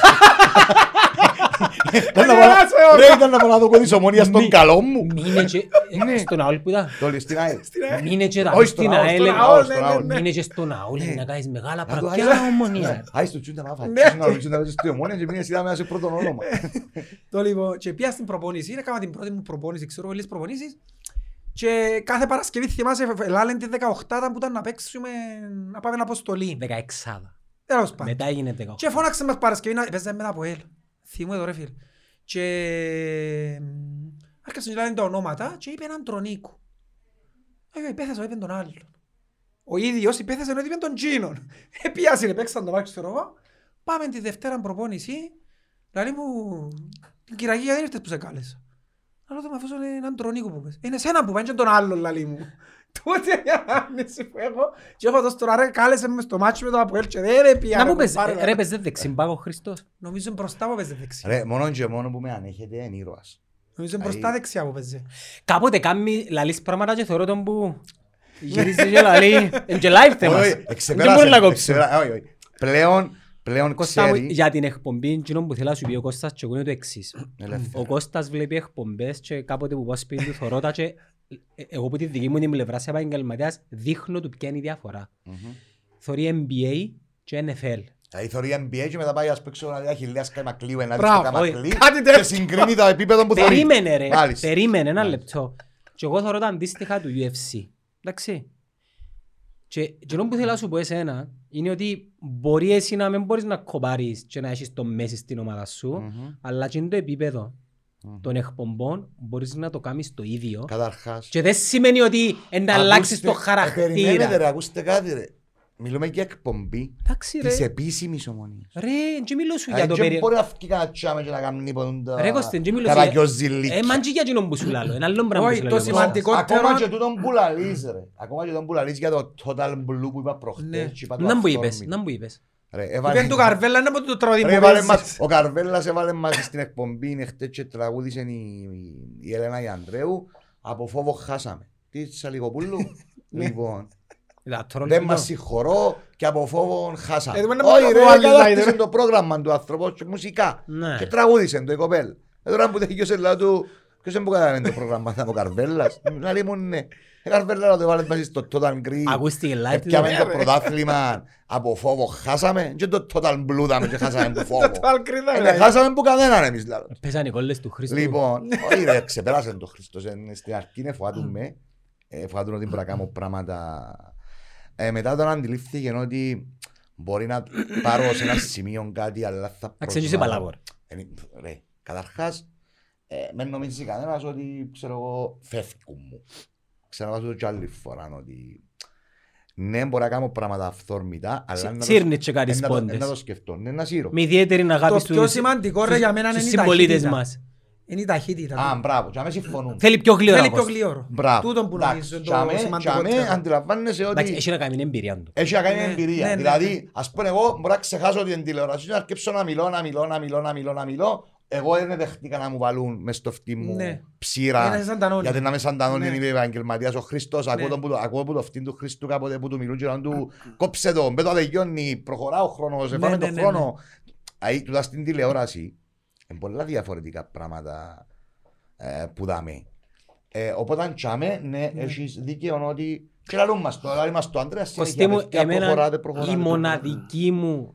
Ήταν να Έλα, πάω- έλα, σε Ρε, ήταν να πάω να δω κόδης ομονίας Μη- στον καλό μου. Μείνε και Ναι. στον αόλ που ήταν. Το ληστινάει. Μείνε και Όχι στον στην αόλ, ΑΕΛ. στον έλεγα. αόλ, στον αόλ. Ναι, ναι, Μείνε και στον αόλ Ναι. να κάνεις μεγάλα Να του Ναι. πράγματα. άρεσε. Ποια ομονία. Άι στο τσούντα μάφα. Ναι. Τσούντα μάφα, τσούντα μάφα, στο ομόνια και μείνε σειρά μέσα σε πρώτον όνομα. Το λοιπόν, και πήγα στην προπόνηση, είναι κάμα την πρώτη μου προπόνηση, ξέρω πολλές προπονήσεις και κάθε Παρασκευή θυμάσαι λάλεν τη 18 που ήταν να παίξουμε, να πάμε αποστολή. Δεκαεξάδα. Τέλος πάντων. Μετά έγινε δεκαοχτώ. Και φώναξε μας Παρασκευή να παίζαμε μετά από ελ. Θυμούμε εδώ ρε φίλε. Και μ, άρχισε να λένε τα ονόματα και είπε έναν τρονίκο. Εγώ υπέθεσα, είπε τον άλλον. Ο ίδιος υπέθεσε ενώ είπε τον Τζίνον. Επιάσανε, παίξαν το μάξι ξέρω εγώ. Πάμε τη Δευτέρα προπόνηση. Δηλαδή μου, την Κυραγία δεν ήρθες που σε κάλεσα. Αλλά το μαφούσαν έναν τρονίκο που πες. Είναι σένα που πάνε και τον άλλον λαλί μου. Τότε η άνεση που έχω και έχω δώσει τώρα ρε κάλεσε με στο μάτσο με το Αποέλ και δεν ρε πια. Να μου πες, πάρε, ε, ρε παίζε δεξιμπάγο ο Χριστός. Νομίζω είναι μπροστά που παίζει δεξιά. Ρε, μόνον και μόνο που με ανέχεται είναι ήρωας. Νομίζω είναι Αϊ. μπροστά δεξιά που παίζει. Κάποτε κάνει λαλείς πράγματα και θεωρώ τον που γυρίζεις και λαλείς. Είναι και live θέμα. Όχι, όχι, Δεν μπορεί να εξεπέρασε, κόψεις. εξεπέρα- όχι, όχι. Πλέον, πλέον Κώστα μου, ξέρει. για την εκπομπή, εκείνο που θέλω να σου πει ο Κώστας και εγώ είναι το εξής. Ελεύθερα. Ο Κώστας βλέπει εκπομπές και κάποτε που πάω σπίτι του θωρώ τα και ε, εγώ από τη δική μου την πλευρά σε επαγγελματίας δείχνω του ποια είναι η διαφορά. Μμμ. Θωρεί NBA και NFL. Δηλαδή θεωρεί NBA και μετά πάει ας παίξω να δει Αχιλέας Καϊμακλείου ενάντια Μπράβο, στο Καμακλή όχι. Κάτι και τέτοιο. συγκρίνει τα επίπεδα που θεωρεί. Περίμενε ρε, Μάλιστα. περίμενε ένα Μάλιστα. λεπτό. Και εγώ θωρώ τα αντίστοιχα του UFC. Εντάξει. Και και αυτό που θέλω να σου πω εσένα είναι ότι μπορεί εσύ να μην μπορείς να κοπάρεις και να έχεις το μέση στην ομάδα σου, Μμμ. αλλά και είναι το επίπεδο Μμμ. των εκπομπών μπορείς να το κάνεις το ίδιο. Καταρχάς. Και δεν σημαίνει ότι εν να αλλάξεις το ακούστε- Ε, Περιμένετε χαρακτήρα. ρε, ακούστε κάτι ρε. Μιλούμε για εκπομπή Εντάξει της ρε. επίσημης ομονίας. Ρε, και μιλώ σου για Δηλαδή το δεν μπορεί περίεργο. να φύγει κανένα τσάμε και να κάνει ποντά. Ρε Κώστη, δεν μιλούσε- Καρακιόζηλικη. Ε, μαντζή για κοινό που σου λάλλω. Ένα άλλο πράγμα που Όχι, σου το λάλλω. σημαντικό- Ακόμα Κότερο- και τούτον που λαλείς ρε. Ακόμα και τούτον που λαλείς για το total blue που είπα Ναι. προχτές. και είπα το Να μου αυθόρμητο. είπες, να μου είπες. Ρε, Είπεν έβαλε- του Καρβέλα είναι από το τρόδι Ρε, που έβαλε παίζεις. μας- Ο Καρβέλλας έβαλε μας στην εκπομπή είναι χτες και τραγούδισε η, η Ελένα η Ανδρέου. Από φόβο χάσαμε. Τι Σαλικοπούλου. λοιπόν, Τα τρώνε δεν το. μας συγχωρώ και από φόβο χάσαμε. Ε, δεν μπορεί να Όχι μην ρε, το βάλεις, κατάκτησε Άιντερ. το πρόγραμμα του άνθρωπος και μουσικά. Ναι. Και τραγούδισε το η κοπέλ. Ε, Τώρα που δεν σε λαό του, ποιος δεν μου καταλαβαίνει το πρόγραμμα, ήταν ο Καρβέλλας. Να λέει μου ναι. Ε, Καρβέλλα να το βάλεις μαζί στο Total Green. Ακούστηκε live. τι Επιάμε ήταν. το πρωτάθλημα από φόβο χάσαμε και το Total Blue δάμε και χάσαμε το Το φόβο. Αλκρίδα, Ε, ρε. Ε, ναι, χάσαμε που κανέναν εμείς λάλλον. Πέσανε οι κόλλες του Χρήστου. Λοιπόν, όχι ρε, ξεπέρασε το Χριστός. ε, Στην αρχή είναι φοβάτουν με. ε, Φοβάτουν ότι μπορώ να κάνω πράγματα. Ε, Μετά όταν αντιλήφθηκε ότι μπορεί να πάρω σε ένα σημείο κάτι, αλλά θα Να ξεγγίσει προσβάλλω. παλάβορ. Ε, Ρε, καταρχάς, ε, με νομίζεις κανένας ότι, ξέρω εγώ, φεύγουν μου. Ξαναβάζω το κι άλλη φορά ότι ναι, μπορώ να κάνω πράγματα αυθόρμητα, αλλά να το- Σύρνει και ε, κάτι να το- ε, να το σπόντες. σκεφτώ. Ναι, να σύρω. Με ιδιαίτερη αγάπη Το στους πιο σημαντικό ρε στους- για μένα είναι στους η συμπολίτες ταχύτητα. μας. Είναι η ταχύτητα. Α, μπράβο, και να με συμφωνούμε. Θέλει πιο γλυόρα. Θέλει πιο γλυόρο. Μπράβο. Τούτον που Εντάξει, νομίζω για το μέ- για μέ σημαντικότερο. αντιλαμβάνεσαι Εντάξει, ότι έχει να κάνει την εμπειρία του. έχει να κάνει Ναι, εμπειρία. ναι, ναι. δηλαδή, ας πούμε, εγώ μπορώ να ξεχάσω την τηλεόραση και να αρκέψω να μιλώ, να μιλώ, να μιλώ, να μιλώ, να μιλώ. Εγώ δεν δεχτήκα να μου βάλουν μες στο φτύ μου Ναι. ψήρα. Είναι σαν τα νόνια. Γιατί να με σαν τα νόνια Ναι. είναι επαγγελματίας ο Χριστός. Ακούω, Ναι. τον που το, ακούω που το φτύν του Χριστού κάποτε που του μιλούν και λένε του «Κόψε το, μπέτω αδεγιώνει, προχωρά ο χρόνος, Ναι, εφάμε ναι, τον ναι, χρόνο». Αι, τούτα στην τηλεόραση είναι πολλά διαφορετικά πράγματα ε, που δάμε. Ε, οπότε αν τσάμε, ναι, έχεις δίκαιο ότι και λαλούν μας το, λαλεί μας το Αντρέα Κωστή συνέχεια, μου, παιδιά, εμένα προχωράτε, προχωράτε. η προχωράτε». μοναδική μου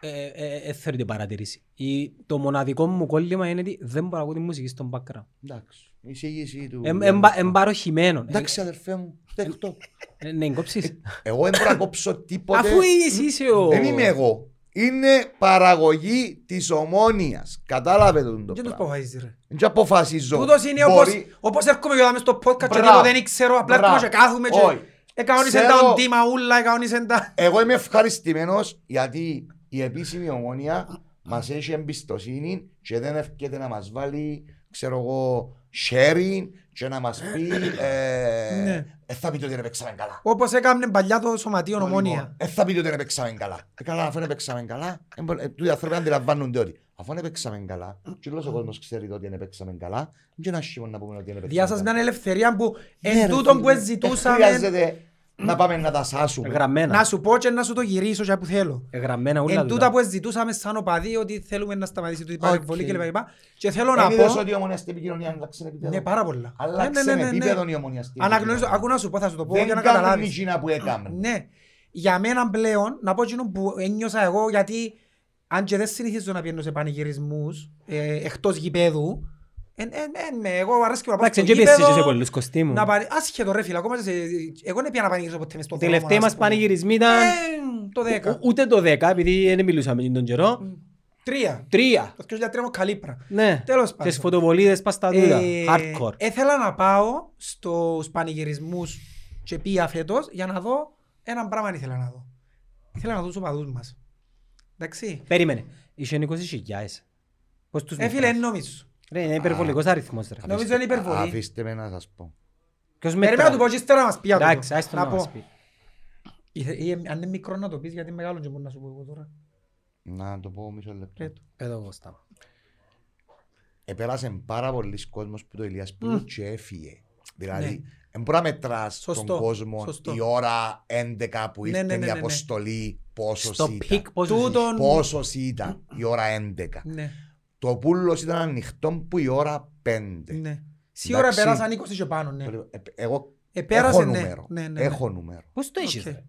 ε, ε, ε, θεωρείται παρατηρήση. Η- Το μοναδικό μου κόλλημα είναι ότι δεν μπορώ να ακούω τη μουσική στον background. Εντάξει, η εισήγηση του... Εμ- εμπα- Εμπαροχημένο. Ε, Εντάξει αδερφέ μου, δέχτω. ε, Ναι, κόψεις. Εγώ δεν μπορώ να κόψω τίποτε. Αφού εσύ είσαι ο... Δεν είμαι εγώ. Είναι παραγωγή της ομόνοιας. Κατάλαβε το Δεν τους πράγμα. αποφασίζεις, ρε. Δεν αποφασίζω. Τούτος είναι Μπορεί- όπως, όπως έρχομαι και δάμε στο podcast και Μπράβο. τίποτα δεν ξέρω, απλά έρχομαι και Μπράβο. κάθομαι Όχι. και εκαόνισεν τα Ξέρω- οντίμα ούλα, εκαόνισεν τα... Εγώ είμαι ευχαριστημένος γιατί η επίσημη ομόνοια μας έχει εμπιστοσύνη και δεν ευκαιρία να μας βάλει, ξέρω εγώ, sharing και να μας πει. ε, Ναι. «Ε, θα πείτε ότι δεν παίξαμε καλά. Όπως έκαμε παλιά το σωματείο Λοιπόν, ομόνια. Ε, θα πείτε ότι δεν παίξαμε καλά. Ε, καλά, αφού δεν παίξαμε καλά, ε, μπο- ε, τούτοι οι άνθρωποι αντιλαμβάνονται ότι αφού δεν παίξαμε καλά, και όλος ο κόσμος ξέρει ότι δεν παίξαμε καλά, δεν είναι άσχημο να πούμε ότι δεν παίξαμε Διά σας καλά. μια ελευθερία που Ναι, εν ρε, τούτον που φίλε. Ε, ζητούσαμε χρειάζεται να πάμε να τα σάσουμε. Γραμμένα. Ε, Να σου πω και να σου το γυρίσω και που θέλω. Γραμμένα όλα Εν τούτα τούτα. που ζητούσαμε σαν οπαδοί ότι θέλουμε να σταματήσει τούτη η παρεμβολή Οκ. και λοιπά. Και θέλω να Ε, Είδες πω... ότι η ομονία στην επικοινωνία άλλαξε επίπεδο. Ναι, πάρα πολλά. Ναι, ναι, Άλλαξε ναι, ναι, ναι. επίπεδο η ομονία στην Αναγνωρίζω, επικοινωνία. ακού να σου πω, θα σου το πω Δεν για να κάνουν καταλάβεις. εκείνα που έκαμε. Ναι. Για μένα πλέον, να πω εκείνο που ένιωσα εγώ, γιατί αν και δεν συνηθίζω να πηγαίνω σε πανηγυρισμούς ε, εκτός γηπέδου, εν, εν, εν, με, εγώ αρέσκει να πάω Εντάξει, στο και πιέσεις γήπεδο, σε πολλούς κοστί μου. να πάνε, άσχετο ρε φίλε, ακόμα και σε, εγώ δεν πήγα να πανηγυρίζω ποτέ μες στον Οι δρόμο, τελευταίοι να μας σου πούμε. πανηγυρισμοί ήταν Ε, το 10. ο- ούτε το 10, επειδή δεν μιλούσαμε εκείνον τον καιρό. Τρία. Τρία. Το 2003 μου καλύπρα. Ναι. Τέλος πάντων. Τις φωτοβολίδες πας στα τούτα. Ε, Hardcore. Έθελα να πάω στους πανηγυρισμούς και πήγα φέτος για να δω έναν πράγμα ήθελα να δω. Ήθελα να δω τους οπαδούς μας. Εντάξει. Περίμενε. Είσαι 20.000. Πώς τους Ε, φίλε, μετράς? εν νομίζω. Ρε, είναι υπερβολικός αριθμός ρε. Νομίζω είναι υπερβολή. Αφήστε με να σας πω. Ποιος Περίμενα μετράει. να του πω και ύστερα να μας πει για τούτο. Εντάξει, άσε το να μας πω. πει. Ήθε- ή, ε, Αν είναι μικρό να το πεις, γιατί μεγάλο και μπορεί να σου πω εγώ τώρα. Να το πω μισό λεπτό. Πες το. Εδώ εγώ στάμα. Επέρασε πάρα πολλοί κόσμος που το Ηλίας Πούλου και έφυγε. Ναι. Δηλαδή, δεν μπορεί να μετράς τον Σωστό, κόσμο σωστό. η ώρα 11 που Ναι, ναι, ήρθε ναι, η ναι, ναι. αποστολή Στο πόσο πικ ήταν. πόσους είσαι. Τούτον... Πόσος ήταν η ώρα 11. Ναι, Το πουλος ήταν ανοιχτό που η ώρα 5. ναι. Σίγουρα Ε, Εντάξει. πέρασαν 20 και πάνω, ναι. Ε, Εγώ Ε, έχω πέρασε, ναι. νούμερο. Ναι, ναι, ναι. Έχω νούμερο. Πώς το έχεις Οκ. ρε.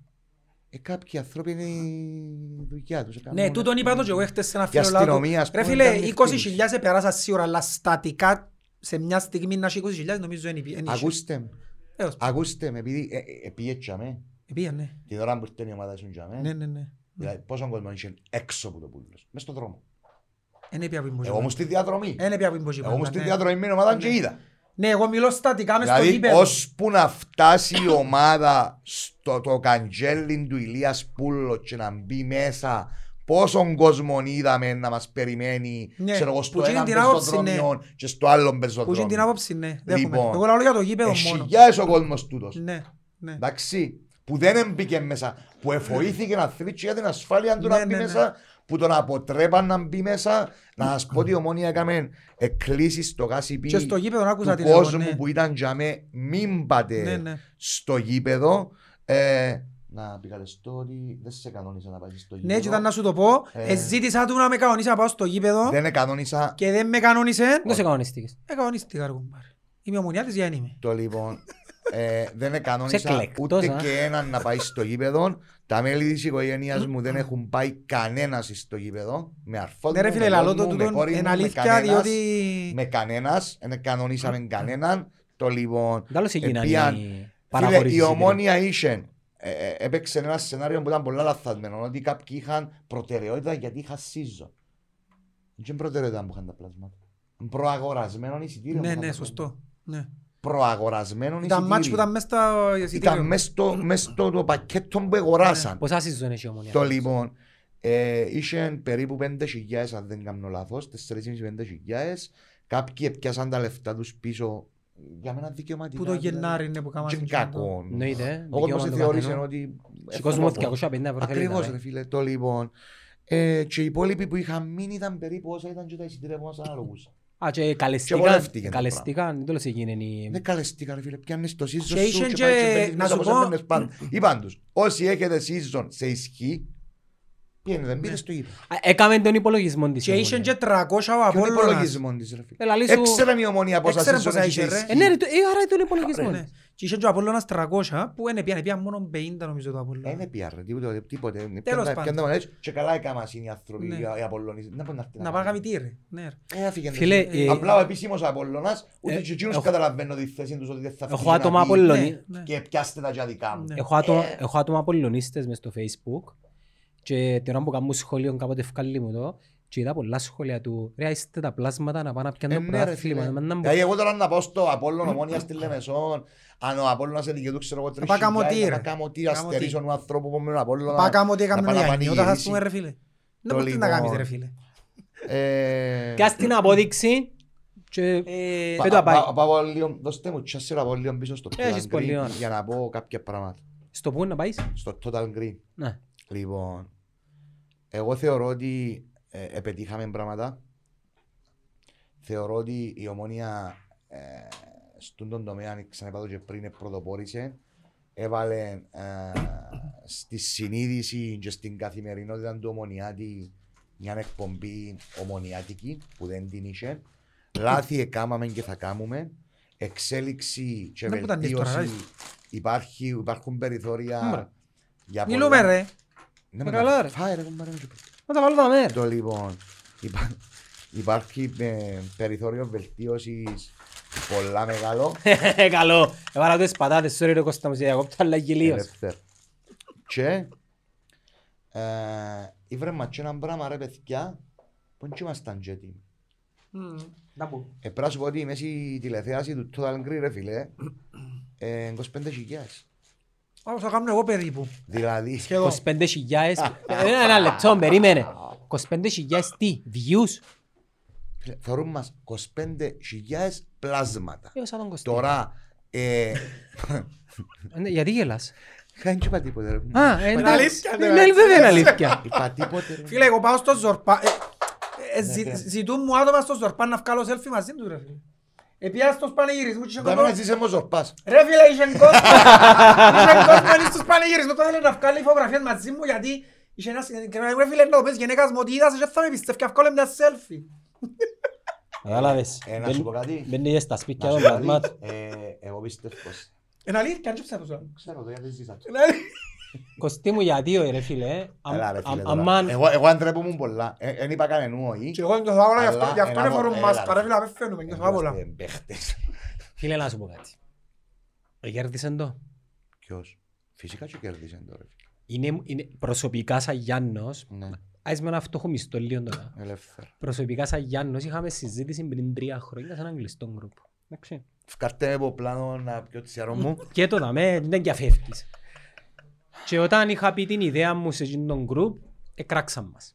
Ε, Κάποιοι άνθρωποι είναι η δουλειά τους. ε, Ναι, Κάνουν- τούτον είπα το και εγώ χτες σε ένα Η φίλο λάθος. αστυνομία, ας Ρε πούμε, φίλε, ήταν ανοιχτή. 20.000 επέρασα σίγουρα, αλλά στατικά σε μια στιγμή να έχει 20.000 νομίζω είναι είναι- Ακούστε με, Έως- ακούστε με, επειδή ε, ε, ε, πήγε τσαμέ, Ε, πήγα, ναι. την ώρα που ήρθε η ομάδα σου τσαμέ, Ναι, ναι, ναι. δηλαδή πόσο κόσμο είχε έξω από το πουλος, μες στον δρόμο. Εν έπια που Εγώ μου στη διαδρομή, Εν έπια που είναι εγώ μου στη Ε, ναι. διαδρομή με την ομάδα Ναι. και είδα. Ναι, εγώ μιλώ στατικά μες στο Δηλαδή, γήπεδο. ώσπου να φτάσει η ομάδα στο το καντζέλιν του Ηλίας Πούλο και να μπει μέσα, πόσον κόσμο είδαμε να μας περιμένει, Ναι, ξέρω εγώ, που στο γίνει έναν την άποψη, ναι. πεζοδρόμιο και στο άλλον Που είχε την πεζοδρόμιο. άποψη, ναι. Δέχομαι. Λοιπόν, Εγώ λαλώ για το γήπεδο μόνο. Εσυγιάζει ο κόσμος τούτος. Ναι, ναι. Εντάξει, που δεν έμπηκε μέσα, που εφοήθηκε να θρύψει για την ασφάλεια του Ναι, να μπει ναι, ναι. μέσα, που τον αποτρέπαν να μπει μέσα. Να σας πω ότι η Ομόνια έκαμε εκκλήσεις στο γάσιπι Και στο γήπεδο άκουσα του την κόσμου ναι. που ήταν για με μην Ναι, πάτε ναι. στο γήπεδο. Ε, να επικαλεστώ ότι δεν σε κανόνισα να πάει στο γήπεδο. Ναι, και ήταν να σου το πω, Ε. ε, ζήτησα του να με κανονίσει να πάω στο γήπεδο Δεν εκανόνισα και δεν με κανόνισε. Δεν σε κανονιστήκες. Ε, κανονίστηκα, ρε κουμπάρε. Είμαι ομονιάτης για αν είμαι. το λοιπόν. Ε, δεν Σε εκανόνισα κλεκτός, ούτε α. και έναν να πάει στο γήπεδο. Τα μέλη της οικογένειας μου δεν έχουν πάει κανένας στο γήπεδο. Με αρφό Ναι, μου, ρε φίλε, με λαλώ κόρη το μου, με τούτον κόρη μου, είναι με αλήθεια, κανένας. διότι... Με κανένας, δεν κανονίσαμε κανέναν. Το λοιπόν. Καλώς έγιναν Επίαν- οι Φίλε, η παραχωρήσεις. ομόνια είχε. ε, ε, έπαιξε ένα σενάριο που ήταν πολύ λαθασμένο. Ότι κάποιοι είχαν προτεραιότητα γιατί είχα season. Δεν είναι προτεραιότητα που είχαν τα πλάσματα. Προαγορασμένο εισιτήριο. που Ναι, είχαν ναι, τα πλάσματα. σωστό. Ναι. Προαγορασμένο Ήταν μάτς εισιτήριο. που ήταν μέσα στα Ήταν εισιτήριο. μες στο, μες στο το πακέτο που αγοράσαν. Πόσα season έχει η ομονία. το λοιπόν, ε, είχε περίπου 5.000 αν δεν κάνω λάθος, 4.500-5.000. Κάποιοι έπιασαν τα λεφτά τους πίσω για μένα δικαιωματικά. Που το δηλαδή. Γενάρη είναι που κάμασαν. Και και το- κακό. Εννοείται, ε, Ο κόσμος δικαίωμα του θεώρησε καθενός. ότι... Σηκώσουμε 250 ευρώ. Ε, Ακριβώς Ακριβώς. ρε φίλε, το λοιπόν. Ε, και οι υπόλοιποι που είχαν μείνει ήταν περίπου όσα ήταν και τα εισιτήρια που μας αναλογούσαν. Α, και καλεστήκαν. βολεύτηκαν το Καλεστήκαν. Δεν το έγινε η... Δεν καλεστήκα ρε φίλε, πιάνεις το season σου Και και ήσαν και- πάει να μέσα σου όπως πω- έμπαινες πάντα. Είπαν τους, όσοι έχετε season σε ισχύ, πιένετε, μπείτε στο γήπεδο. Α, Έκαμε τον υπολογισμό της. Και η είχε Ομόνια. και 300 ο Ποιον Απόλλωνας. υπολογισμός της ρε φίλε. Έλα, λύσου- Έξεραν η ομονία πόσα Έξεραν season πόσα έχεις σε είχε, ρε. ισχύ. Ε, ναι, ρε, το- ε, άρα τον υπολογισμό. Ναι. Και είχε και ο Απόλλωνας 300 που είναι πια, πια μόνο 50 νομίζω το Ε, Απόλλωνα. Δεν πια ρε, τίποτε, τίποτε. Πιάντα- πάντων. πιάντα μόνο έτσι. Και καλά έκαμα είναι οι άνθρωποι, Ναι. οι οι Απολλωνίες. Να πάνε έρθει Να πάει αγαπητή ρε. Ναι, ρε. Ε, έφυγε. Φίλε, Ε, ε, Απλά ο επίσημος Απολλωνάς, ούτε ε, και εκείνος έχω- καταλαβαίνω τη θέση τους ότι δεν θα Έχω φύγει να άτομα πει Απολλωνία. Ναι, ναι. Και πιάστε τα για δικά μου. Ναι. Έχω, άτομα, έχω άτομα απολυλωνίστες μες στο facebook και την ώρα που κάνουν σχολείο κάποτε ευκάλλει μου το και είδα πολλά σχόλια του ρε είστε τα πλάσματα να πάνε να πιάνε Ε, το ναι, ρε, πρωτάθλημα φίλε. να πάνε να μπουν». Δηλαδή, εγώ τώρα να πάω στο Απόλλων Ομόνιας στη Λεμεσόν, αν ο Απόλλωνας ενοικιατού, ξέρω εγώ, τρεις πάω καμωτή, χιλιάδες, ρε. να κάνω τι, να Καμωτή. στερήσω έναν άνθρωπο που μένει Απόλλωνα, Πάει κάμω ότι να έκαμε πάει να μια νιώτα θα πανηγυρίσει. πούμε ρε φίλε. Το Δεν μπορείς να λοιπόν. κάνεις ρε φίλε. Ε, Πιάσ' την απόδειξη και Ε, πα- πέτω να πάει. πα- πάω λίγο- δώστε μου chance να πάω λίγο πίσω στο Ε, Έχεις Total πολλή Green ώρα. για να πω κάποια πράγματα. στο πού να πάεις. Στο Total Green. Ναι. Λοιπόν, εγώ θεωρώ ότι ε, επετύχαμε πράγματα. Θεωρώ ότι η ομόνια ε, στον τον τομέα, ξαναπάτω και πριν, πρωτοπόρησε. έβαλε ε, στη συνείδηση και στην καθημερινότητα του Ομονιάτη μια εκπομπή ομονιάτικη που δεν την είχε. Λάθη εκάμαμε και θα κάμουμε. Εξέλιξη και Να που τα ανοίγεις τώρα, βελτίωση. λάθη. Υπάρχει, υπάρχουν περιθώρια Μπρε. για Μιλούμε ρε. Ναι, Με μετά. καλά, ρε. Φάε, ρε, κομπάρε, μου, και πες. Να τα βάλω δαμέ. Το λοιπόν, υπά- υπάρχει ε, περιθώριο βελτίωσης πολλά μεγάλο. Καλό. Έβαλα τις πατάτες, sorry ρε Κώστα μου, σε διακόπτω, αλλά γελίος. Ελεύθερο. Και ε, ήβρε μας και ένα πράγμα ρε παιδιά που δεν ήμασταν και έτοιμοι. Να πω. Ε, πρέπει να σου πω ότι η μέση τηλεθέαση του Total Green ρε φίλε ε, 25 Όπως θα κάνω εγώ περίπου. Δηλαδή, Σχεδόν. 25.000. Ένα Ε, ένα λεπτό, περίμενε. 25.000 τι, views. φίλε, θεωρούν μας 25 πλάσματα. Έως σαν τον Κωστή. Τώρα, ε, Ναι, Γιατί γελάς. δεν είπα τίποτε ρε. Α, ε, Είναι εντάξει. αλήθεια, Ναι, ναι. ναι, βέβαια είναι αλήθεια. Είπα τίποτε ρε. Φίλε, εγώ πάω στο Ζορπά. ε, ε, Ναι, ζη- ναι. Ζητούν μου άτομα στο Ζορπά να βγάλω selfie μαζί τους ρε φίλε. Επιά στους πανηγυρισμούς και είχε Δεν με κοντό. ζήσε μου ζορπάς. Ρε φίλε, είχε κόσμο. Είχε κόσμο είναι στους πανηγυρισμούς. Το ήθελε να βγάλει φωτογραφίες μαζί μου γιατί είχε ένας... και να μου, Ρε φίλε, να το πες γυναίκας μου ότι είδας και θα με πιστεύει και βγάλε μια selfie. Κατάλαβες. Ε, να Μπαίνει- σου πω κάτι. Μπαίνει και στα σπίτια Να των σου πω κάτι. πραγμάτων. Ε, Εγώ πιστεύω. πως- Είναι αλήθεια, αν και ψεύδω, σου λέω. Ξέρω το γιατί ζήσα. Είναι αλήθεια. Κωστή μου για δύο ρε φίλε. ε. Καλά ρε φίλε τώρα. Αμάν. Εγώ- Εγώ αντρέπομαι πολλά. Δεν είπα κανενού όχι. Και εγώ νιώθω άβολα γι' αυτό, Αλλά γι' αυτό ένα δεν φορούν μο- μάσκα, έλα, ρε φίλε, να με φαίνουμε, νιώθω άβολα. Είμαστε παίχτες. Φίλε να σου πω κάτι. Κέρδισαν το. Ποιος. Φυσικά και κερδίσαν τώρα. Είναι, είναι προσωπικά σαν Γιάννος. Ναι, Άις με ένα φτωχό μισθό λίγο τώρα. ελεύθερα. Προσωπικά σαν Γιάννος είχαμε συζήτηση πριν τρία χρόνια σε έναν κλειστό γκρουπ. Εντάξει. Φκάρτε με από πλάνο να πιω τη σειρά μου. Και το δαμέ, δεν διαφεύγεις. Και όταν είχα πει την ιδέα μου σε εκείνον τον γκρουπ, εκράξαν μας.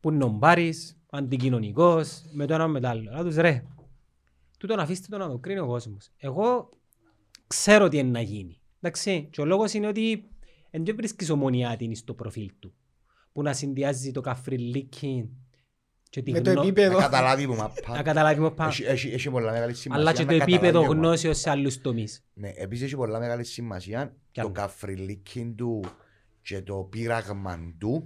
Που νομπάρεις, αντικοινωνικός, με το ένα με το άλλο. Να τους ρε, τούτον αφήστε το να το κρίνει ο κόσμος. Εγώ ξέρω τι είναι να γίνει. Εντάξει, και ο λόγος είναι ότι δεν βρίσκεις ομονιά την στο προφίλ του. Που να συνδυάζει το καφριλίκι και τη Με το γνω- Να επίπεδο. καταλάβει που Να μαπά. καταλάβει μου πάνω. Έχει- Έχει έχει πολλά μεγάλη σημασία. Αλλά και το να επίπεδο καταλάβει ο μαπά. γνώσεως σε άλλους τομείς. Ναι, επίσης έχει πολλά μεγάλη σημασία Κι το άλλο. καφριλίκι του και το πείραγμα του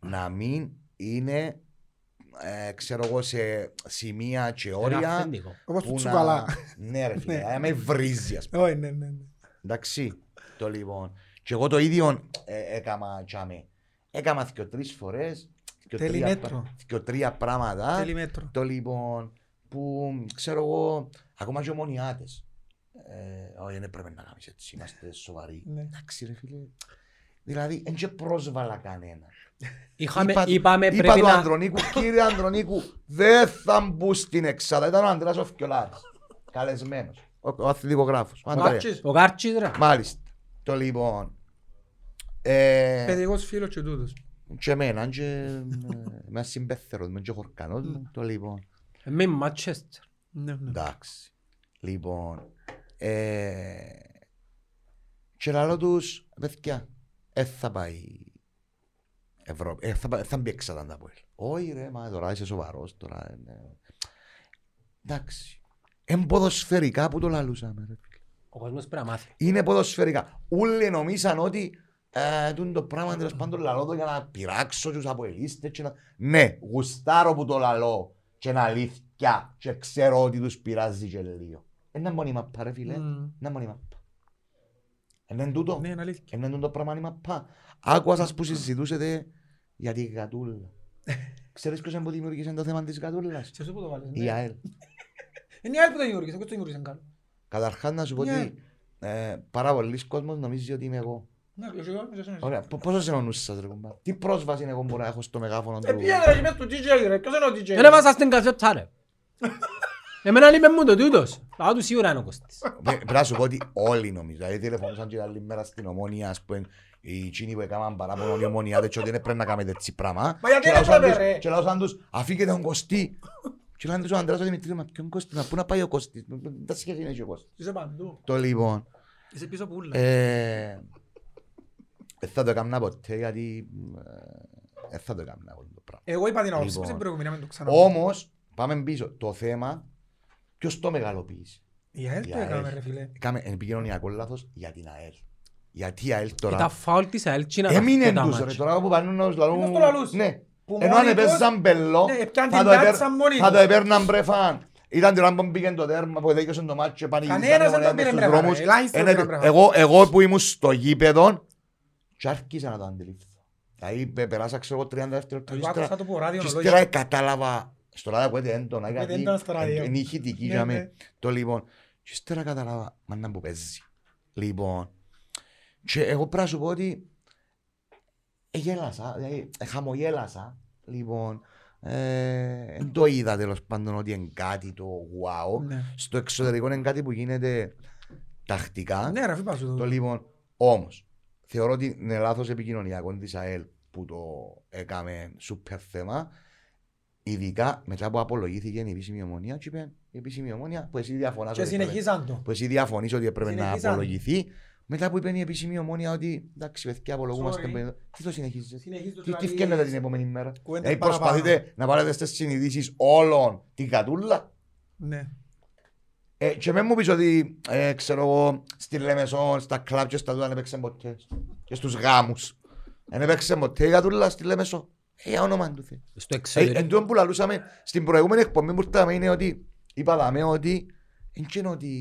να μην είναι ε, ξέρω εγώ σε σημεία και Είναι όρια αυθεντικό. Όπως που του να- τσουκαλά. Ναι ρε φίλε, Ναι. να με βρίζει ας πούμε. Όχι, ναι, ναι, ναι. Εντάξει, το λοιπόν. Και εγώ το ίδιο ε, έκαμα τσάμε. Έκαμα δυο τρεις φορές, δυο Θέλει τρία, μέτρο. πρα- δυο τρία πράγματα. Θέλει μέτρο. Το λοιπόν που ξέρω εγώ, ακόμα και ομονιάτες. Ε, όχι, δεν πρέπει να κάνεις έτσι, είμαστε σοβαροί. Ναι. Εντάξει ρε φίλε. Δηλαδή, δεν και πρόσβαλα κανένα. Είχαμε, Είπα- είπαμε Είπα πρέπει του να... Ανδρονίκου, κύριε Ανδρονίκου, δεν θα μπω στην εξάδα. Ήταν ο Ανδρέας ο Φκιολάρης, καλεσμένος. Ο, ο αθλητικογράφος, ο Ανδρέας. Μάτσις, Ο Κάρτσις ρε. Μάλιστα. Το λοιπόν. Ε, παιδικός φίλος και τούτος. και εμένα, και ε, με ένα συμπέθερος μου, και χορκανός μου, το λοιπόν. Με Μάτσεστερ. Ναι, ναι. Εντάξει. Λοιπόν. ε, Και λαλώ τους, παιδιά, δεν θα πάει Ευρώπη, ε, θα, πα- θα μπει εξάταν τα πόλη. Όχι ρε, μα τώρα είσαι σοβαρός, τώρα είναι... Εντάξει. Εν ποδοσφαιρικά που το λαλούσαμε ρε. φίλε. Ο κόσμος πρέπει να μάθει. είναι ποδοσφαιρικά. Όλοι νομίζαν ότι ε, τούν το πράγμα τέλος πάντων λαλώ το για να πειράξω τους αποελίστες και να... Ναι, γουστάρω που το λαλώ και είναι αλήθεια και ξέρω ότι τους πειράζει και λίγο. Ένα μόνη μαπά ρε Mm. φίλε, Μμμ. ένα μόνη μαπά. Είναι τούτο, Ναι, είναι αλήθεια. είναι τούτο πράγμα η μαπά. Άκουα σας που συζητούσετε για τη γατούλα. Ξέρεις ποιος είναι που δημιούργησε το θέμα της γατούλας. Σε αυτό που το βάλες, ναι. Η ΑΕΛ. Είναι η άλλη που το δημιούργησε, εγώ το δημιούργησαν καλό. Καταρχάς να σου πω Ναι. ότι ε, πάρα πολλοί κόσμος νομίζει ότι είμαι εγώ. Ναι, και ο Γιώργος είναι σαν εσύ. Ωραία, πο- πόσο είναι ο νους σας ρε κουμπά. Τι πρόσβαση εγώ μπορώ να έχω στο μεγάφωνο Ε, του. πήγαινε, ρε, και μες του DJ, ρε. Ποιος είναι ο DJ, ρε. Έλα μας ας την καζιότα ρε. Εμένα λείπε μου το τούτος. Λάω του σίγουρα είναι ο Κωστής. Ναι, Πρέπει να σου πω ότι όλοι νομίζω. Δηλαδή τηλεφωνούσαν και άλλη μέρα στην ομόνια, ας πούμε, οι Τσίνοι που έκαναν παράπονο οι ομονιάδες και ότι δεν πρέπει να κάνετε έτσι πράγμα. Μα γιατί Και δεν λαούσαν πρέπει, τους- ρε. Και λαούσαν τους, αφήκετε τον Κωστή. Και λένε τους ο Αντρέας ο Δημητρίου, μα ποιον Κωστή, μα πού να πάει ο Κωστής. Μα, Τα σχέση είναι και ο Κωστής. Είσαι παντού. Το λοιπόν, Είσαι πίσω από ούλα. ε, δεν θα το έκανα ποτέ γιατί ε, δεν θα το έκανα όλο το πράγμα. Ε, Εγώ είπα την άποψη Λοιπόν. μου ναι. στην προηγούμενη, να μην το ξαναπώ. Όμως, πάμε πίσω. Το θέμα, ποιος το μεγαλοποίησε. Η ΑΕΛ Η το Ε, έκαμε ΑΕΛ. ρε φίλε. Κάμε επικοινωνιακό λάθος για την ΑΕΛ. Γιατί η ΑΕΛ Και τα τώρα... φάουλ της ΑΕΛ τσινά Έμεινε τους ρε τώρα που πάνε να τους λαλούν- Είναι στο λαλούς. Ναι. Που Ενώ αν μόνοι τους- επέζαν μπελό Ναι, πιάνε θα την το επέρ- τάτσα μόνοι θα το τους. επέρναν πρεφάν. Ήταν την ώρα που πήγαινε το τέρμα που εδέκαιωσαν το μάτσο και πανηγύρισαν Κανένας οι δεν γονείς τον πήρε στους μπρεφάν, δρόμους. ρε. Ελάχιστος Ένα- πήραν μπρεφάν. εγώ- Εγώ που ήμουν στο γήπεδο και άρχισα να το αντιληφθώ. Δηλαδή πε- περάσα ξέρω εγώ 30 δευτερόλεπτα Εγώ και ύστερα- άκουσα το που ο ράδιο και να ύστερα κατάλαβα στο ράδιο που έτε έντονα Ακούγεται γιατί έντονα στο ράδιο. είναι ηχητική Ναι, για ναι. μένα. Το λοιπόν. Και ύστερα κατάλαβα μάνα που παίζει. Λοιπόν. Και εγώ πρέπει να σου πω ότι γέλασα, δηλαδή ε, χαμογέλασα. Λοιπόν, ε, εν το είδα τέλος πάντων ότι είναι κάτι το wow. Ναι. Στο εξωτερικό είναι κάτι που γίνεται τακτικά. Ναι ρε φίλε σου Το το. λοιπόν, όμως, θεωρώ ότι είναι λάθος επικοινωνιακό της ΑΕΛ που το έκαμε σούπερ θέμα. Ειδικά μετά που απολογήθηκε η επίσημη ομονία, και είπε η επίσημη ομονία που εσύ διαφωνάς Και ότι έπρεπε- συνεχίζαν το. που εσύ διαφωνείς ότι έπρεπε να Συνεχίζαν. απολογηθεί. Μετά που είπε η επίσημη ομονία ότι εντάξει, παιδιά, απολογούμαστε. Sorry. παιδιά». Τι το συνεχίζεις, Συνεχίζουν τι, το τι λαλείς. φκένετε την επόμενη μέρα. Κουβέντες Δηλαδή παραπάνω. προσπαθείτε να πάρετε στις συνειδήσεις όλων την κατούλα. Ναι. Ε, και μην μου πεις ότι, ε, ξέρω εγώ, στη Λεμεσόν, στα κλαμπ και στα τούτα δεν έπαιξε ποτέ. Και στους γάμους. Δεν έπαιξε ποτέ η κατούλα στη Λεμεσό. Ε, για όνομα του Θεού. Ε, Στο εν εξωτερικό. τω που λαλούσαμε στην προηγούμενη εκπομπή που ήρθαμε είναι ότι είπα δαμε ότι εν και είναι ότι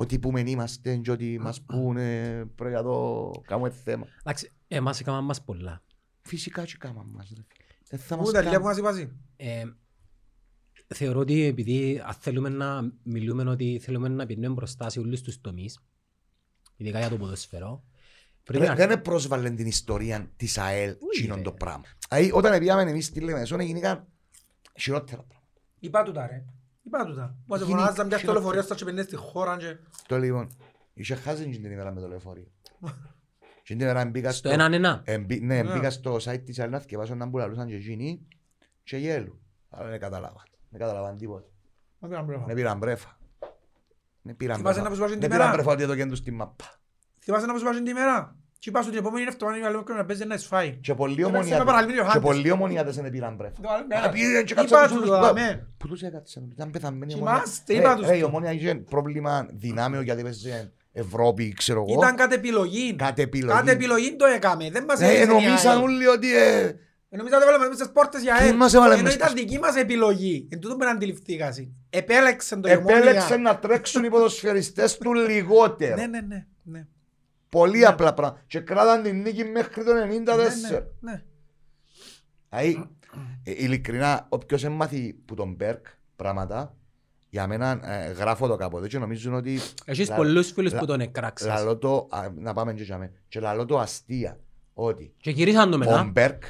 ότι που μεν είμαστε και ότι μας πούνε πρέπει να το κάνουμε θέμα. Εντάξει, εμάς έκαναν μας πολλά. Φυσικά και κάμα μας. ρε. Δεν θα μας Πού τα λίγα που κάνουν. μας είπασαι. Ε, θεωρώ ότι επειδή αν θέλουμε να μιλούμε ότι θέλουμε να πηγαίνουμε μπροστά σε όλους τους τομείς, ειδικά για το ποδοσφαιρό, πρέπει Ρε, να... Δεν επρόσβαλε την ιστορία της ΑΕΛ ρε. τσινόν το πράγμα. Δηλαδή όταν πήγαμε εμείς στη Λεμεσόν γίνηκαν χειρότερα πράγματα. Είπα του τα ρε. Είπα του τα. Μας Γίνει φωνάζαν πια στο χειρότερο. λεωφορείο σας και παινές στη χώρα και... Το λοιπόν, είχε χάσει την ημέρα με το λεωφορείο. Την ημέρα μπήκα Στο στο... έναν ένα. εμπή- ναι, Ναι. μπήκα στο site της Αλληνάς και βάζω να μπουλαλούσαν και εκείνοι και γέλου. Αλλά δεν κατάλαβαν. Δεν κατάλαβαν τίποτα. Δεν πήραν μπρεφά. Δεν πήραν πρέφα. Δεν πήραν Θυμάσαι πρέφα. να Δεν βάζουν τη πήραν μέρα. πρέφα ότι εδώ κέντρου στη μαπά. Θυμάσαι να πούσπασαν τη μέρα. Και είπα σου την επόμενη εβδομάδα να λέμε να παίζει να εισφάει. Και πολλοί Έπαιξε με ομονιάτες- παραλμύριο και Χάντες. πολλοί ομονιάτες δεν πήραν πρέφα. Το άλλο Α, μέρα. πήγαινε και κάτσαν Είπα Ναι, τους του όλους τα που- ναι. Πού τους έκατσαν, ήταν πεθαμένοι Κοιμάστε, Ρε, είπα τους ρε, η το. ομόνια είχε πρόβλημα δυνάμεο γιατί έπαιζε Ευρώπη, ξέρω εγώ. Ήταν κατ' επιλογή. Κατ' επιλογή. Κατ' επιλογή το έκαμε. Δεν μας Ε, έδειξε η νομίζαν ΑΕΛ. όλοι ότι... ε, Ε, νομίζατε βάλαμε μέσα στις πόρτες για Τι ΑΕΛ. μας έβαλε Ενώ μέσα ήταν στις- δική μας επιλογή. Εν τούτο πρέπει να αντιληφθήκασαι. Επέλεξαν το επέλεξε γεμόνια. να τρέξουν οι ποδοσφαιριστές του Ναι, λιγότερο. ναι, ναι. ναι. Πολύ απλά πράγματα. Και κράταν την νίκη μέχρι το Ναι, ναι, 94. ναι. Δηλαδή, ε, ειλικρινά, όποιος έμαθει που τον Μπέρκ πράγματα, για μένα ε, γράφω το κάποτε και νομίζουν ότι Έχεις Ε, λα- πολλούς φίλους λα- που τον εκράξες. λαλώ το, α, να πάμε και για μένα, και λαλώ το αστεία, ότι Και γυρίσαν το ο μετά. Μπέρκ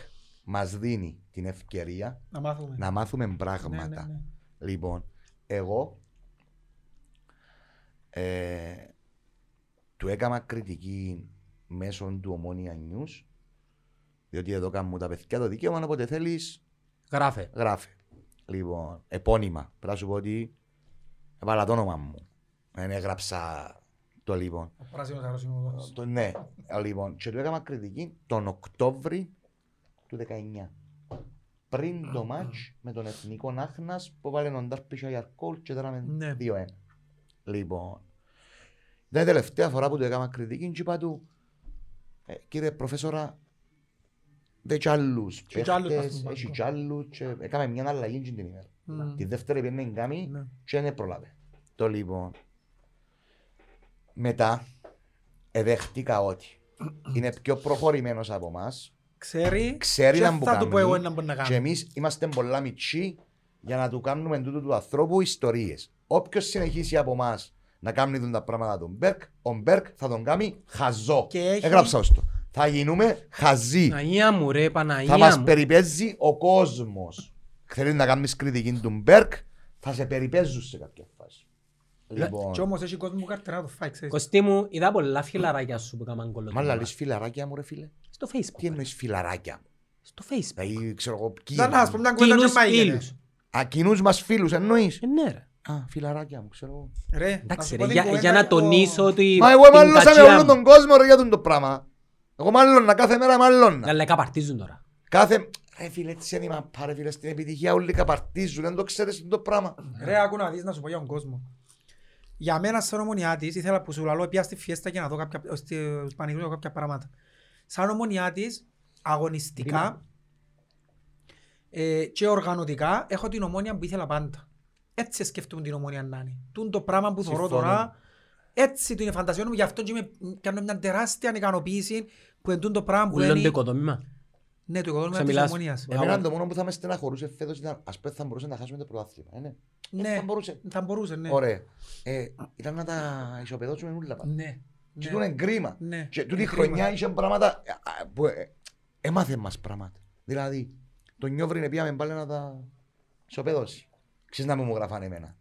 μας δίνει την ευκαιρία Να μάθουμε. να μάθουμε Ναι, ναι, πράγματα. ναι. Λοιπόν, εγώ ε, του έκανα κριτική μέσω του Ομόνια News διότι εδώ κάνουν τα παιδιά το δικαίωμα όποτε θέλεις Γράφε. γράφε. Λοιπόν, επώνυμα. Πρέπει να σου πω ότι έβαλα το όνομα μου. Δεν έγραψα το λοιπόν. Ο πράσινος αρρωσιμός. Το, ναι, Ε, λοιπόν. Και του έκανα κριτική τον Οκτώβρη του 19. Πριν το μάτς με τον Εθνικό Άχνας που βάλε τον Ντάρπι Σαγιαρκόλ και τώρα Ναι. με 2-1. Λοιπόν. Ήταν η τελευταία φορά που του έκανα κριτική και είπα του «Ε, κύριε προφέσορα δεν κι άλλους Και κι άλλους ναι. παίχτες, βάζουν έχει κι μπάσκο». άλλους και έκαμε μια αλλαγή την ημέρα. Μμμ. Τη δεύτερη πήγαινε η Γκάμι Ναι. και δεν προλάβε. Το λοιπόν. Μετά εδέχτηκα ότι είναι πιο προχωρημένος από εμάς. Ξέρει. Ξέρει και να μου θα του πω εγώ κάνει. να μπορεί να Και κάνω. εμείς είμαστε πολλά μικροί για να του κάνουμε τούτου του ανθρώπου ιστορίες. Όποιος συνεχίσει από εμάς να κάνει τον τα πράγματα του Μπέρκ, ο Μπέρκ θα τον κάνει χαζό. Και έχει- Έγραψα ως το. Θα γίνουμε χαζοί. Παναγία μου ρε, Παναγία Θα μου. μας περιπέζει ο κόσμος. Θέλεις να κάνεις κριτική του Μπέρκ, θα σε περιπέζουν σε κάποια φάση. Λοιπόν, Και όμως έχει κόσμο που καρτερά το φάει, ξέρεις. Κωστή μου, είδα πολλά φιλαράκια σου που έκαναν μα κολοτούμα. λαλείς φιλαράκια μου ρε φίλε. Στο Τι facebook. εννοείς φιλαράκια μου. Στο facebook. Δηλαδή ξέρω εγώ ποιοι Να, να, ας πούμε είναι. μια κουβέντα Κοινούς και μάγειρε. φίλους. Α, κοινούς μας φίλους εννοείς. Ε, ναι ρε. Α, φιλαράκια μου ξέρω εγώ. Ρε, να Εντάξει σου ρε, πω την για- κουβέντα για να για το- τονίσω ότι... Μα εγώ την μάλλωσα με κατσιά όλον μου. τον κόσμο ρε για τον το πράγμα. Εγώ μάλλωνα κάθε μέρα μάλλωνα. Τα λαϊκά παρτίζουν τώρα. Κάθε... Ρε φίλε, έτσι είναι η μαπά, ρε φίλε, στην επιτυχία όλοι καπαρτίζουν, δεν το ξέρεις το πράγμα. Ρε, άκου να δεις να σου πω για τον κόσμο. Για μένα σαν ομονιάτης, ήθελα που σου λαλώ, πήγα στη φιέστα και να δω κάποια, ε, στους Πανηγυρίους κάποια πράγματα. Σαν ομονιάτης, αγωνιστικά ε, και οργανωτικά, έχω την ομόνια που ήθελα πάντα. Έτσι σκεφτούμε την ομόνια να είναι. Τούν το πράγμα που θωρώ Συμφωνώ. τώρα, έτσι του είναι φαντασιόν μου, γι' αυτό και με κάνω μια τεράστια ανικανοποίηση που εντούν το πράγμα που Ούλον το είναι... οικοδόμημα. Ναι, το οικοδόμημα της Ξαμιλάς. ομόνιας. Ε, Εμένα αγώ- το μόνο που θα με στεναχωρούσε φέτος ήταν ας πούμε θα μπορούσε να χάσουμε το πρωτάθλημα. ε, ναι. Ε, Ναι, Θα μπορούσε. θα μπορούσε, ναι. Ωραία. Ε, ήταν να τα ισοπεδώσουμε όλα. πάντα. Ναι. Και ναι. τούτο είναι κρίμα. Ναι. Και τούτη Είναι χρονιά κρίμα. είχε πράγματα ε, α, που ε, έμαθε μας πράγματα. Δηλαδή, το νιόβριν πήγαμε πάλι να τα ισοπεδώσει. Ξέρεις να μου μου γραφάνε εμένα.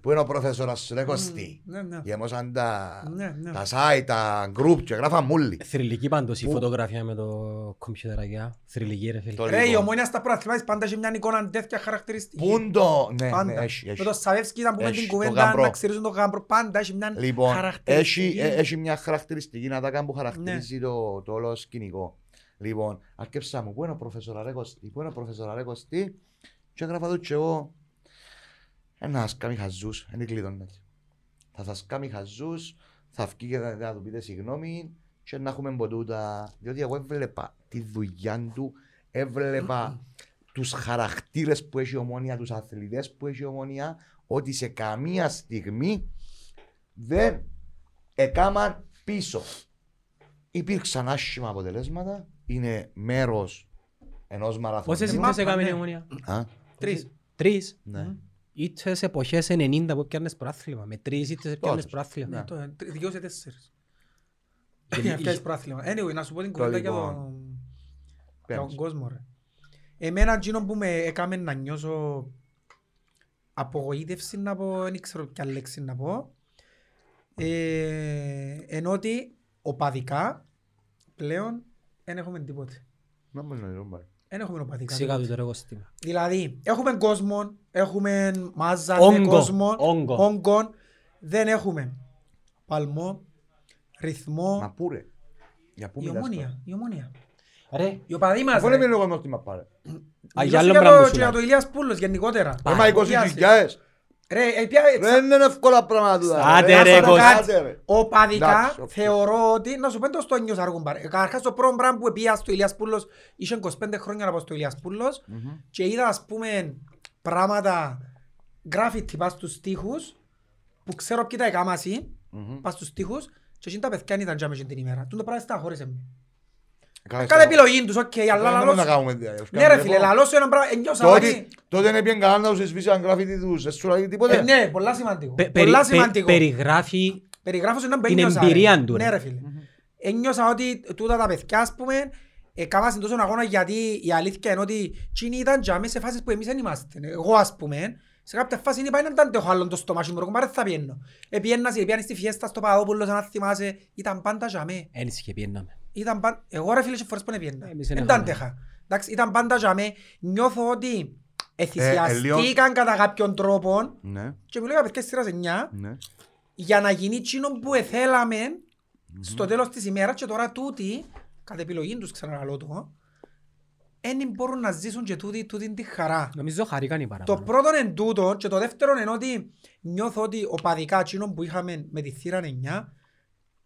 Που είναι ο πρόθεσορας σου, ρε Κωστή. Ναι, ναι. Γεμώσαν τα, Ναι, ναι. τα site, τα group και γράφαν μούλι. Θρηλυκή πάντως η Πού? φωτογραφία με το κομπιουτερακιά. Θρηλυκή ρε φίλε. Το Ρε, η λοιπόν. ομόνια στα πρωταθλήματα της πάντα έχει μια εικόνα τέτοια χαρακτηριστική. Πούν το... Ναι, ναι, Πάντα. έχει, Με έχει. το Σαβεύσκι ήταν που με Έχει, την το κουβέντα γαμπρό. να ξυρίζουν τον γάμπρο. Πάντα έχει μια Λοιπόν, έχει, χαρακτηριστική. ε, έχει μια χαρακτηριστική να τα κάνω που χαρακτηρίζει το, το όλο σκηνικό. Λοιπόν, αρκέψα μου, πού είναι ο προφεσορα ρε Κωστή, πού είναι ο προφεσορα ρε Κωστή και έγραφα του και εγώ ένα σκάμι χαζούς, δεν κλείδωνε. Θα σας σκάμι χαζούς, θα βγει και θα, θα του πείτε συγγνώμη και να έχουμε ποτούτα. Διότι εγώ έβλεπα τη δουλειά του, έβλεπα τους χαρακτήρες που έχει η ομόνια, τους αθλητές που έχει η ομόνια, ότι σε καμία στιγμή δεν έκαναν πίσω. Υπήρξαν άσχημα αποτελέσματα, είναι μέρος ενός Πόσες μαραθωνίου. Μα- ήττες έκαμε η ναι. Ομόνια. Α, Τρεις. Τρεις. ναι. Ήττες εποχές 90 που πιάνες πρωτάθλημα. Με τρεις ήττες πιάνες Τόσες. πρωτάθλημα. Ναι. Το- ε, τρι- Δυο σε τέσσερις. Γενι- Για να πιάσεις πρωτάθλημα. Anyway, να σου πω την κουβέντα για λοιπόν, τον- για Πέμπτος. τον κόσμο. ρε. Εμένα εκείνο που με έκαμε να νιώσω απογοήτευση να πω, δεν ξέρω ποια λέξη να πω. Ε, ενώ ότι οπαδικά πλέον δεν έχουμε τίποτε. Να μην νοηθούμε. Δεν έχουμε οπαδικά. Ξηγά του το ρε Κωστή. Δηλαδή, έχουμε κόσμο, έχουμε μάζα, Όγκο, έχουμε κόσμο, όγκο. όγκο. Δεν έχουμε παλμό, ρυθμό, Μα πού ρε. Για πού η μιλάς τώρα. ομόνια, η ομόνια. Ρε, Η οπαδή μας, Αφού ρε. είναι Μιλώ λίγο νόστιμα πάρε. για άλλο για πράγμα το- σου και για λέω. το Ηλίας Πούλος γενικότερα. Έμα 20.000. Ρε, ε, πια- ε, Δεν είναι εύκολα πράγματα. τούτα, Άντε, ρε, Άσε τα Κώστα. κάτσε, ρε. Οπαδικά Εντάξει, οκ. θεωρώ ότι, να σου πω το νιώσα αργούν πάρε. Καταρχάς το πρώτο πράγμα που πήγα στο Ηλίας Πούλος, είχε 25 χρόνια να πάω στο Ηλίας Πούλος Μμμ. και είδα ας πούμε πράγματα, γράφει τυπά στους στίχους που ξέρω ποιοι τα έκαμα εσύ, Μμμ. πας στους τείχους και εκείνη τα παιδιά ήταν τζάμε εκείνη την ημέρα. Τούν το πράγμα στεναχώρησε με. Καλά, καλά. Κάθε επιλογή τους, οκ, αλλά Καλά, λαλώς. να κάνουμε, διάλογο. Ναι ρε φίλε, Λοιπόν, λαλώς σου ένα πράγμα, ένιωσα τότε- ότι... Τότε είναι πιέν καλά να τους σβήσει αν γράφει τη τους. Σου λέει Ε, τίποτε. Ναι, πολλά σημαντικό. πε- περι- Πολλά πε- σημαντικό. περιγράφει Περιγράφω σε έναν που Την ένιωσα, ρε. εμπειρία του, ρε. Ναι ρε φίλε. Ένιωσα ότι τούτα τα παιδιά, ας πούμε, έκαναν τόσο αγώνα γιατί η αλήθεια είναι ότι εκείνοι ήταν τζάμε σε φάσεις που εμείς δεν είμαστε. Εγώ ας πούμε, σε κάποια φάση είπα να αντέχω άλλον το στομάχι μου, ρε κουμπάρε θα πιένω. Επιένας, επιένας στη φιέστα στο Παπαδόπουλος, αν θυμάσαι, ήταν πάντα τζάμε. ένσυχε πιέναμε. ήταν πάντα, εγώ ρε φίλε σε φορές που επίεννα, Ε, Εμείς δεν είναι τα χαμένα. αντέχα. Εντάξει, ήταν πάντα για με, νιώθω ότι Ε, λίγο. εθυσιαστήκαν κατά κάποιον τρόπο Ναι, και μιλώ για παιδιά σειράς 9 ναι. για να γίνει εκείνο που εθελαμε στο τέλος της ημέρας και τώρα τούτοι, κατά επιλογή τους ξαναλαλώ το, δεν μπορούν να ζήσουν και τούτοι, τούτη τη χαρά. Νομίζω χαρήκαν οι Το παραπάνω. πρώτο είναι τούτο και το δεύτερο είναι ότι νιώθω ότι οπαδικά εκείνο που είχαμε με τη θύρα 9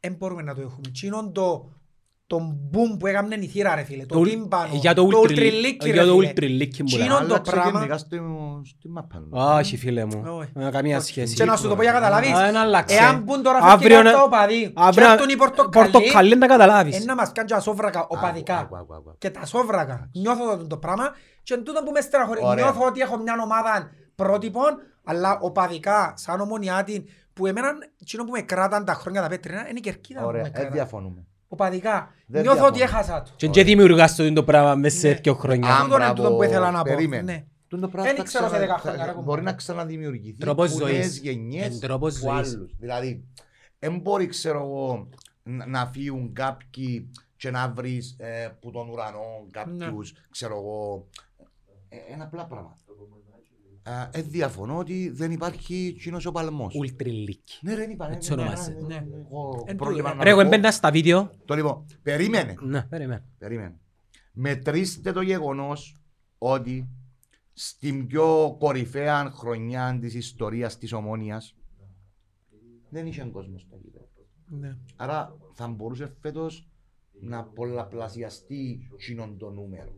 δεν μπορούμε να το έχουμε. Εκείνο το, το boom που έκαμε η θύρα ρε φίλε, το ουλ- τύμπανο, για το ultra ultra- league, για το ρε ultra league μου λέει. Τσίνο- το Άλλαξε πράγμα- γενικά στο- στη μάπα. μου. Όχι φίλε μου, Όχι. Ε, καμία Όχι. σχέση. Και να σου το πω για να Α, καταλάβεις, να αλλάξει. εάν μπουν τώρα Αύριο φεύγει να- τα οπαδί και Αύριο- έρθουν οι πορτοκαλί, Πορτοκαλί να καταλάβεις. ένα μας κάνει τα σόβρακα Άκου, οπαδικά. άκου, άκου, άκου. Και τα σόβρακα. Νιώθω το, το πράγμα και τούτο που με στεναχωρεί. Ωραία. Νιώθω ότι έχω μια ομάδα πρότυπων, αλλά οπαδικά, σαν ομονιάτη, που εμένα, εκείνο που με κράταν τα χρόνια τα πέτρινα, είναι η κερκίδα που Ωραία, με δεν κράταν. διαφωνούμε. Οπαδικά. Δεν Νιώθω ότι διαφωνώ. έχασα το. Και και δημιουργάς το το πράγμα μέσα σε δύο χρόνια. Ναι. Α, Αν τούτο είναι μπράβο, τούτο που ήθελα να πω. περίμενε. Ναι. Τούτο πράγμα Δεν θα ξέρω σε ξανα- δέκα θα- χρόνια, ρε, Μπορεί κουμπάρε. να ξαναδημιουργηθεί Τρόπος που ζωής. νέες γενιές Εν τρόπος που ζωής. άλλους. Δηλαδή, δεν μπορεί ξέρω εγώ ν- να φύγουν κάποιοι και να βρεις ε, που τον ουρανό κάποιους, Ναι. ξέρω εγώ. Ε, Ένα απλά πράγμα. Α, Ε, διαφωνώ ότι δεν υπάρχει κοινός ο παλμός. Ultra league. Ναι, δεν υπάρχει. Έτσι ονομάζεται. δεν- Ναι. δεν- έχω Εν πρόβλημα τούτο. να Ρε, εγώ το πω. έμπαινα στα βίντεο. Το λοιπόν, περίμενε. Ναι, περίμενα. Περίμενε. Μετρήστε το γεγονός ότι στην πιο κορυφαία χρονιά της ιστορίας της Ομόνιας δεν είχε κόσμος στο γήπεδο. Ναι. Άρα θα μπορούσε φέτος να πολλαπλασιαστεί κοινόν το νούμερο.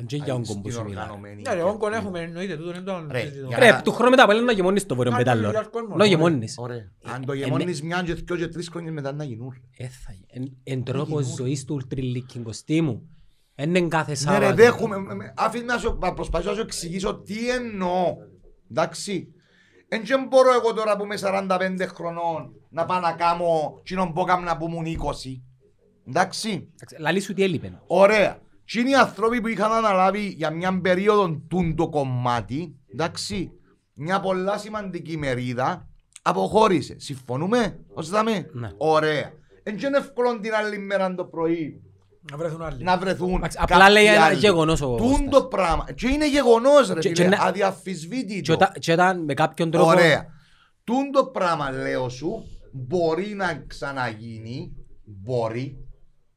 Αν και για όγκο Στην που σου μιλά. οργανωμένη. Ναι, ρε, όγκον έχουμε, εννοείται, τούτον είναι το Ρε, συζητώ. για- Ρε, του χρόνου μετά πάλι να γεμώνεις το βόρειο Να, πετάλλο. το λιάρκο μόνο, ναι. Λέω ωραία. γεμώνεις. Ωραία. Αν το Ε, γεμόνεις μια και δυο και τρεις χρόνια μετά να γίνουν. Ε, θα γι- εν- Εν τρόπος ζωής του ουλτριλικιγκοστή μου. Εν εν κάθε Ναι ρε, Σάββατο. δέχομαι. με- με- Άφησε να σου- να προσπαθήσω να σου εξηγήσω τι εννοώ. Εντάξει. Εν και μπορώ εγώ τώρα που είμαι 45 χρονών να πάω να κάνω κοινόν που έκαμνα που ήμουν 20. Εντάξει. Εντάξει, Λαλή σου τι έλειπε. Ωραία. Και είναι οι άνθρωποι που είχαν αναλάβει για μια περίοδο τούντο κομμάτι, εντάξει, μια πολλά σημαντική μερίδα, αποχώρησε. Συμφωνούμε, ως δαμε. Ναι. Ωραία. Εν και είναι εύκολο την άλλη μέρα το πρωί Να βρεθούν άλλοι. να βρεθούν Εντάξει, απλά κάποιοι λέει ένα άλλοι. γεγονός ο Τούντο πράγμα. Και είναι γεγονός ρε Και- φίλε, και να- αδιαφυσβήτητο. Και όταν- Και όταν με κάποιον τρόπο... Ωραία. Τούντο πράγμα λέω σου μπορεί να ξαναγίνει, μπορεί,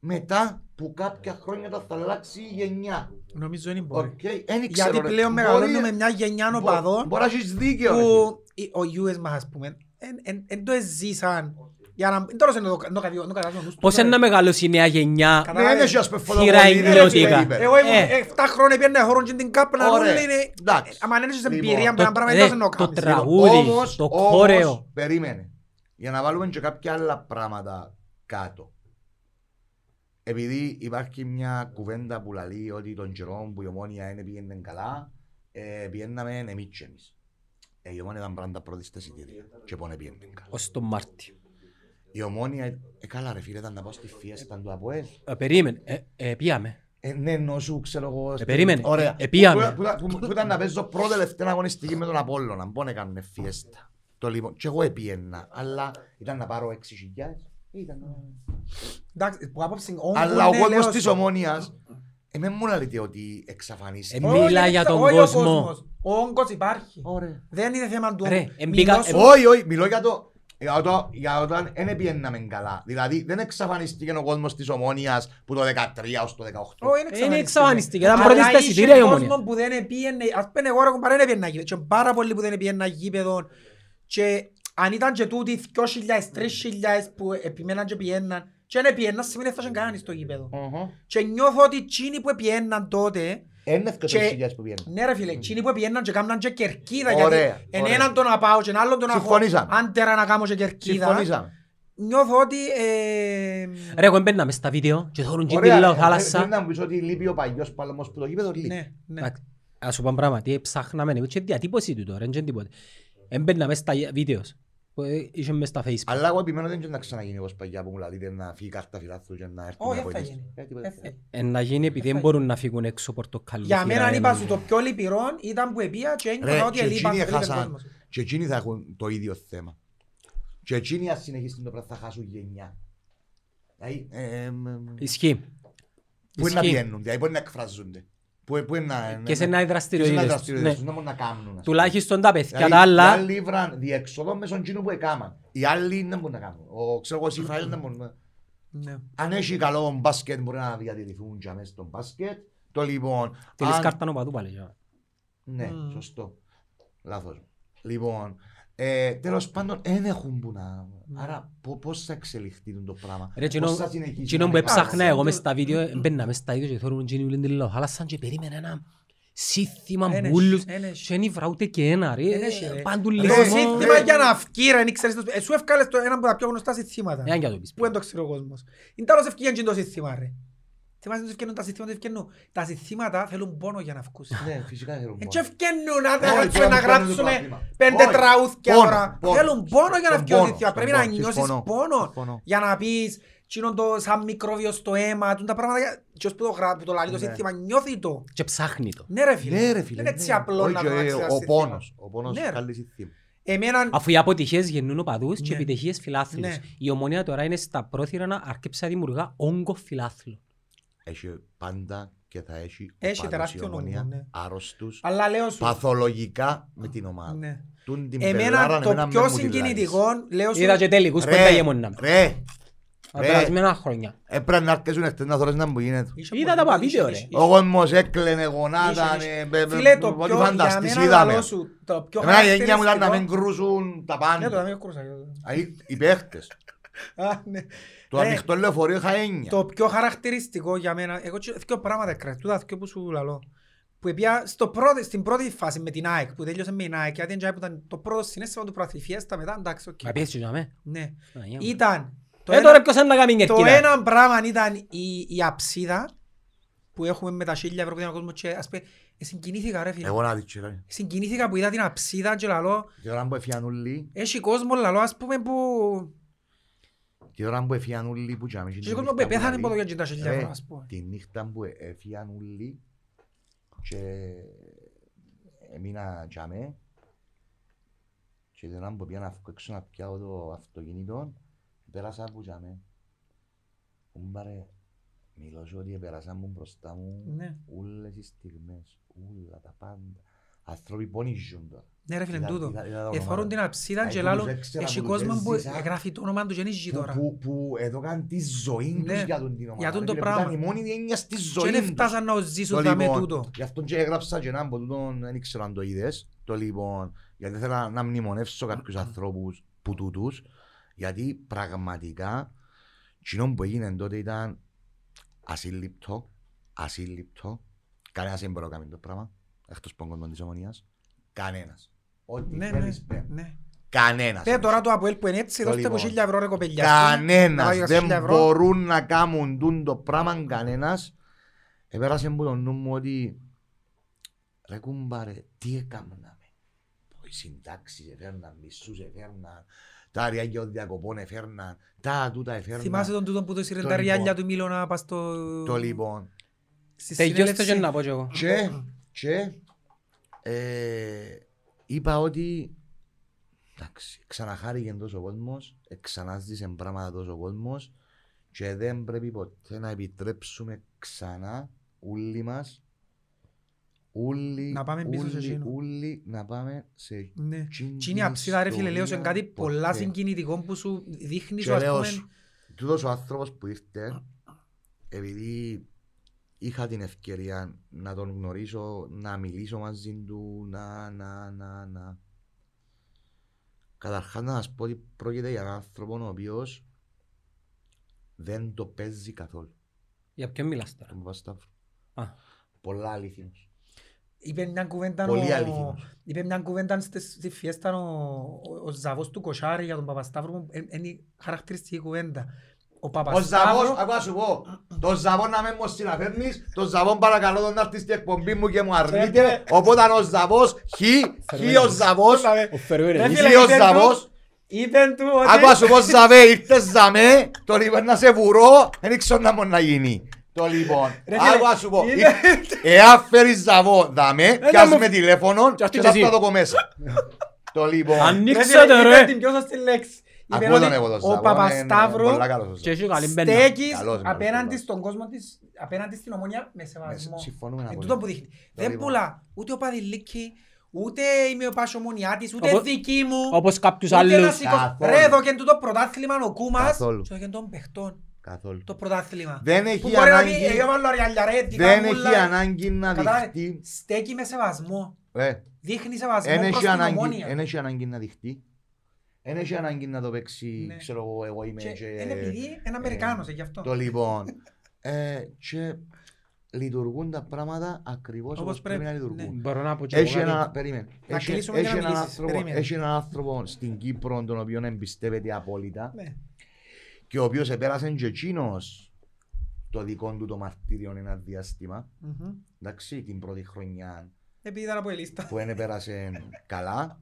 μετά που κάποια χρόνια θα αλλάξει η γενιά. Νομίζω είναι μπορεί. Οκ, εν ξέρω, Γιατί ρε. Μπορεί- πλέον μεγαλώνουμε μια γενιά μπο- νοπαδών Μπορεί να έχεις δίκαιο. ρε. που οι- ο US μας ας πούμε εν- εν- εν το εζήσαν για να... εν Τώρα σε νο- νο- νο- νο- καταλάβω τους Πώς τους, είναι ρε. να μεγαλώσει η νέα γενιά. Κατα- Ναι, δεν έχει ας πούμε Χειρά φωτοβολίδες, δεν εγκλειωτικά. έχει paper. Εγώ ήμουν Ε. 7 χρόνια πήγαινα χωρών και την κάπνα Ωραία. ρούλη είναι... Εντάξει. Αν δεν έχεις Λοιπόν, εμπειρία με το- ένα πράγμα ρε, δεν θα το το κάνεις. τραγούδι. Όμως- το όμως, χόρεο. Περίμενε. Για να βάλουμε και κάποια άλλα πράγματα κάτω. Επειδή υπάρχει μια κουβέντα που λέει ότι τον καιρό που η ομόνια είναι πήγαινε καλά, ε, πιέναμε εμείς και εμείς. Ε, η ομόνια ήταν πάντα πρώτη στα εισιτήρια και πόνε πήγαινε καλά. Ως τον Μάρτιο. Η ομόνια, ε, καλά ρε φίλε, ήταν να πάω στη φίεστα του ΑΠΟΕ. Ε, Περίμενε. Ε, ε, Πήγαμε. Ε, ναι, ενώ σου ξέρω εγώ. στην- περίμενε. Ωραία. Ε, επήγαμε. Που, που, που, που, ήταν να παίζω πρώτη τελευταία αγωνιστική με τον Απόλλωνα. Μπορεί να κάνουν φιέστα. Το λοιπόν. Και εγώ επίαινα. Αλλά ήταν να πάρω 6 χιλιάδες. Ήταν να- Εντάξει, που άποψη... όγκο Αλλά ο είναι, ναι, λέω κόσμος σου. της ομόνιας. Εμένα μου να λέτε ότι εξαφανίστηκε. Ε, Όχι, Μιλά δεν για ξέρω, τον όχι ο κόσμο. κόσμος. Ο όγκος υπάρχει. Ωραία. Δεν είναι θέμα του Ρε, όγκου. εμπήκα- Μιλώ σου- Όχι, όχι. Μιλώ για το. Για, το, για όταν δεν πιέναμε καλά. Δηλαδή δεν εξαφανίστηκε ο κόσμος της ομόνιας που το 13 ως το 18. Όχι, Είναι εξαφανιστικό. εξαφανιστική. Ήταν Αλλά πρώτη στα είχε εισιτήρια η κόσμο ομονία. που δεν πήγαινε, ας πούμε εγώ ρε κομπάρε δεν πήγαινα γήπεδο. Και πάρα πολλοί που δεν πήγαιναν γήπεδο. Και αν ήταν και τούτοι 2.000, 3.000 που επιμέναν και πήγαιναν. Και αν πήγαιναν σημαίνει έφτασαν κανένας στο γήπεδο. Οχο. Και νιώθω ότι τσίνοι που πήγαιναν τότε, Είναι εύκολο Και- οι χιλιάδες που πιέναν. ναι ρε φίλε, τσίνοι που πήγαιναν και κάμναν και κερκίδα. Ωραία, Γιατί εν ωραία. έναν το να πάω και εν άλλον το να έχω Συμφωνήσαμε. άντερα να κάνω και κερκίδα. Συμφωνήσαμε. Νιώθω ότι... ε, Ρε, εγώ μπαίναμε στα βίντεο και θωρούν και Ωραία, μιλάω ε, θάλασσα. πρέπει να μου πεις ότι λείπει ο παλιός παλαμός που το γήπεδο λείπει. Ναι, ναι. Εντάξει, Ας σου πω ένα πράγμα, τι ε, ψάχναμε, εγώ και διατύπωση του τώρα, δεν τίποτε. Έμπαιρνα μέσα στα βίντεο που ε, είχε μέσα στα facebook. Αλλά εγώ επιμένω δεν ξέρω να ξαναγίνει όπως παλιά που μου λαλείτε να φύγει η κάρτα φιλάθλου και να έρθει Όχι, να δεν θα βοηθήσει. γίνει. Ε, τίποτα. Δεν θα γίνει. Ε, να γίνει επειδή δεν μπορούν να φύγουν έξω πορτοκαλί. Για μένα αν χειρά, είπα ένα, σου δύο. το πιο λυπηρό ήταν που επία και ε, Ρε, ένιωθα ότι και ελείπα εκείνοι στον έχασαν, κόσμος. και εκείνοι θα έχουν το ίδιο θέμα. Και εκείνοι ας συνεχίσουν το πράγμα θα χάσουν γενιά. Δηλαδή, ε, ε, ε, Ισχύει. Πού είναι να Ισχύει. πιένουν, δηλαδή πού είναι να εκφράζονται. Πού πού είναι να... Και σε να- να ναι. και σε οι να δραστηριότητες. δραστηριοποιηθούν, Ναι. να μπορούν να κάνουν. ας πούμε. Τουλάχιστον τα παιδιά, Δηλαδή, τα Οι άλλα. άλλοι βραν διέξοδο μέσω εκείνου που έκαναν. Οι άλλοι δεν μπορούν να κάνουν. Ο ξέρω εγώ Σιφραήλ δεν μπορεί να... Ναι. Αν έχει καλό μπάσκετ μπορεί να διατηρηθούν και μέσα στο μπάσκετ. Το λοιπόν... Τελείς αν- κάρτα νοπαδού πάλι. για. Ναι, Μμμ. σωστό. Λάθος. Λοιπόν, ε, τέλος πάντων δεν έχουν που να... Ναι. Άρα πο- πώς θα εξελιχθεί το πράγμα. Ρε, πώς τσινό- θα συνεχίσει Εκείνο να που υπάρχει. έψαχνα εγώ μες στα βίντεο, ε, μπαίνα μες στα βίντεο και θωρούν εκείνοι που λένε τη λαοθάλασσα και περίμενα ένα σύστημα Ένες, μπούλους. ένες. Και δεν ήβρα ούτε και ένα ρε. Ε, Ένες, ε. ρε. Πάντου Το ρε, λιγμό. σύνθημα ρε. για να αυκεί ρε, είναι, ξέρεις, το- ε, σου ευκάλες το ένα από τα πιο γνωστά συνθήματα. Εάν και ε, να το πεις. Πού είναι το ξέρει ο κόσμος. Είναι τέλος ευκαιρία και είναι το συνθήμα ρε. Θυμάσαι τους ευκαινούν τα συνθήματα του ευκαινούν. Τα συνθήματα θέλουν πόνο για να βγουν. Ναι, φυσικά θέλουν Ε, πόνο. και ευκαινούν, άντε να Όχι, κάτσουμε να πόνο είναι το γράψουμε πρόβλημα. πέντε Όχι, τραούθκια πόνο, τώρα. πόνο. Θέλουν πόνο για να Στον βγει ο πόνο, συνθήμα. στον Πρέπει να πόνο. νιώσεις Συμφωνώ, πόνο συμφωνώ. για να πεις «Τσίνον το σαν μικρόβιο στο αίμα, τούν τα πράγματα, και ως που το γρά- που το λαλεί το Ναι. σύνθημα, νιώθει το. Και ψάχνει το. Ναι ρε φίλε, Ναι ρε φίλε. δεν είναι έτσι ναι. απλό Όχι, να και, το ε, αλλάξεις ένα Ο σύστημα. πόνος. Ο πόνος Ναι, ρε. καλή συνθήμα. Εμέναν, Αφού οι αποτυχίες γεννούν οπαδούς και Ναι. επιτυχίες φιλάθλους. Ναι. Η ομονία τώρα είναι στα πρόθυρα να αρκέψει να δημιουργά όγκο φιλάθλου. Έχει πάντα και θα έχει ο Έχει πάντως τεράστιο η Ομόνια όγκο, ναι. άρρωστους αλλά λέω σου, παθολογικά με την ομάδα. ναι. Τούν την πελάρα, Εμένα εμένα το με πιο μου τη λάλης. συγκινητικό, λέω σου, Είδα και τέλικους που Ρε, τα γεμόναμε. Ρε, Τα Ρε. περασμένα χρόνια. Έπρεπε να αρκέσουν εχθές να θωρείς να μου γίνεται. Είδα τα παπίτεο, ρε. Ο κόσμος έκλαινε, γονάτανε, Είσαι, μπε- μπε- Φίλε, το ό,τι πιο, για φανταστείς μένα είδαμε. λαλό σου, το πιο Εμένα η έννοια μου ήταν να χαρακτηριστικό- μην κρούσουν τα Ναι, το να πάντα. μην κρούσα. Α, οι- Οι παίχτες. Α, ναι. Το Ρε, ανοιχτό λεωφορείο είχα έννοια. Το πιο χαρακτηριστικό για μένα, εγώ τσι- δύο πράγματα κρατώ, τούτα δύο που σου λαλώ. Που επία στο πρώτο, στην πρώτη φάση με την ΑΕΚ, που τέλειωσε με την ΑΕΚ, γιατί που ήταν το πρώτο συνέστημα του πράθη, φιέστα μετά, εντάξει, οκ. Μα πιέσεις και με. Ναι. Παναγιά μου. Ήταν, το Ε, ένα- τώρα ποιος είναι να κάνει το κερκίδα. ένα πράγμα ήταν η, η αψίδα που έχουμε με τα χίλια ευρώ που δίνει ο κόσμος και ας πούμε, ε, συγκινήθηκα ρε φίλε. Εγώ να δείξω. ρε. Συγκινήθηκα που είδα την αψίδα και λαλώ, Τη ώρα που έφυγαν όλοι, έχει κόσμο λαλώ ας πούμε που... τη ώρα που έφυγαν όλοι που τζάμε, Έχει την κόσμο που νύχτα πέθανε λαλεί, από το για τα Ε, χίλια ρε, ευρώ ας πούμε. Τη νύχτα που έφυγαν όλοι και έμεινα τζάμε και την ώρα που πήγα να βγω έξω να πιάω το αυτοκίνητο πέρασα από τζάμε. Μου μπαρε, μιλώ σου ότι πέρασαν μου μπροστά ε. μου Ναι. όλες τις στιγμές, όλα τα πάντα. Άνθρωποι πονίζουν τώρα. Ναι ρε φίλε, Είδα- τούτο. είδα- είδα τα Εφόρουν ονόματα. την αψίδα Α, και εγώ τους λάλλον έξερα έχει που τους κόσμο που έζησα. γράφει το όνομα του και νύχει που, τώρα. που, που έδωκαν τη ζωή Ναι. τους για τον την ομάδα. Για τον ρε το φίλε, πράγμα. Ήταν η μόνη έννοια στη Και ζωή δεν τους. φτάσαν να ζήσουν Το τα με λοιπόν, τούτο. Γι' αυτό και έγραψα και έναν από τούτον, δεν ήξερα αν το είδες. Το λοιπόν, γιατί ήθελα να μνημονεύσω κάποιους ανθρώπους που τούτους, γιατί πραγματικά κοινό που έγινε τότε ήταν ασύλληπτο, ασύλληπτο. Κανένας δεν μπορεί να κάνει το πράγμα, εκτός πόγκων της ομονίας. Κανένας. Ό,τι Ναι, θέλεις ναι, πέ. ναι. Κανένας. Πε τώρα το Αποέλ που είναι έτσι, Το δώστε μου λοιπόν. χίλια ευρώ ρε κοπελιά. Να Κανένας πάει για δεν 1000 ευρώ. μπορούν να κάνουν τούν το πράγμα κανένας. Επέρασε μου το νου μου ότι ρε κουμπάρε, τι έκαναμε. Οι συντάξεις εφέρναν, μισούς εφέρναν, τα αριάγια των διακοπών εφέρναν, τα τούτα Θυμάσαι εφέρναν. τον τούτο που το σύρε Το τα ριάλια λοιπόν. του Μίλωνα πας στο... Το λοιπόν. στη Τελειώστε και συνέλευση. να πω κι εγώ. Και, και ε, είπα ότι εντάξει, ξαναχάρηκε τόσο ο κόσμος, ε, ξανά ζήσε πράγματα τόσο ο κόσμος και δεν πρέπει ποτέ να επιτρέψουμε ξανά όλοι μας όλοι, Να πάμε πίσω σε όλοι- εκείνο. όλοι να πάμε σε Ναι. εκείνη Τι την είναι η αψίδα ρε φίλε, ιστορία λέω σε κάτι πολλά ποτέ. συγκινητικό που σου δείχνει σου Και ας λέω πούμε. σου, τούτος ο άνθρωπος που ήρθε, επειδή είχα την ευκαιρία να τον γνωρίσω, να μιλήσω μαζί του, να, να, να, να. Καταρχάς να σας πω ότι πρόκειται για έναν άνθρωπο ο οποίος δεν το παίζει καθόλου. Για ποιον μιλάς Τον τώρα. Παπασταύρου. Α. Πολλά αλήθινος. Είπε μια κουβέντα Πολύ ο... αλήθινος. Είπε μια κουβέντα στη- στη φιέστα ο, ο- ο Ζαβός του Κοσάρη για τον Παπασταύρο που εν- είναι χαρακτηριστική κουβέντα. Ο Ο Ζαβός, Παπασταύρος... ακούω να σου πω, το Ζαβό να με μου συναφέρνεις, το Ζαβό παρακαλώ τον να έρθεις στην εκπομπή μου και μου αρνείται, οπότε ο Ζαβός, χι, χι ο Ζαβός, Ο Φερουέρε. Ρε είσαι φίλε, ο είπε του- Ζαβός. Είπε του ότι... Άκου ας σου πω Ζαβέ, ήρθες Ζαμέ, το λοιπόν να σε βουρώ, δεν ξέρω να μπορεί να γίνει. Το λοιπόν, Ρε φίλε, άκου ας σου πω, είναι- Ε, ήρ- εάν φέρεις Ζαβό, δαμέ, πιάσ' μου- με τηλέφωνο Κι και αυτή θα κι εσύ. το δω μέσα. Το λοιπόν, Ανοίξατε Ρε φίλε, είπε ρε. την πιο σωστή λέξη. Είπε ακούω τον ότι εγώ το Ζαβό, Ναι, Ο είναι- είναι Παπασταύρο πολλά καλός ο Ζαβός. Και έχει καλή μπέντα. στέκεις Καλός είναι, απέναντι καλός. στον κόσμο της, απέναντι στην ομόνια με σεβασμό. Με- συμφωνούμε Είναι απόλυτα. τούτο που δείχνει. Δεν λοιπόν. πουλά ούτε ο Παδηλίκη, ούτε είμαι ο Πασομονιάτης, ούτε Όπως- δική μου. Όπως κάποιους Ούτε να άλλους. σηκώσω. Καθόλου. Ρε εδώ και είναι τούτο πρωτάθλημα ο Κούμας Καθόλου. και και των παιχτών. Καθόλου. Το πρωτάθλημα. Δεν Που έχει μπορεί να πει ανάγκη, «Ε, εγώ βάλω αριαλιά ρε, δικά δεν μου, έχει λέει». ανάγκη να Κατάλαβες. δειχτεί. Στέκει με σεβασμό. Ε, Δείχνει σεβασμό Εν προς έχει την ανάγκη, εν ομόνια. έχει ανάγκη να δειχτεί. Εν έχει ανάγκη να το παίξει, Ναι. ξέρω εγώ, εγώ είμαι Και και- Είναι επειδή είναι Αμερικάνος, ε, γι' αυτό. Το λοιπόν. Ε, και λειτουργούν τα πράγματα ακριβώς όπως πρέπει να ναι. λειτουργούν. Μπορώ να πω κι Έχει εγώ ένα, κάτι. περίμενε. Να Έχει- κλείσουμε για έχει να έναν μιλήσεις. άνθρωπο- Περίμενε. Έχει έναν άνθρωπο στην Κύπρο τον οποίο εμπιστεύεται απόλυτα Ναι. και ο οποίος επέρασε και εκείνος το δικό του το μαρτύριο ένα διάστημα. Μμμ. Εντάξει, την πρώτη χρονιά Επειδή ήταν από η λίστα. που δεν πέρασε καλά.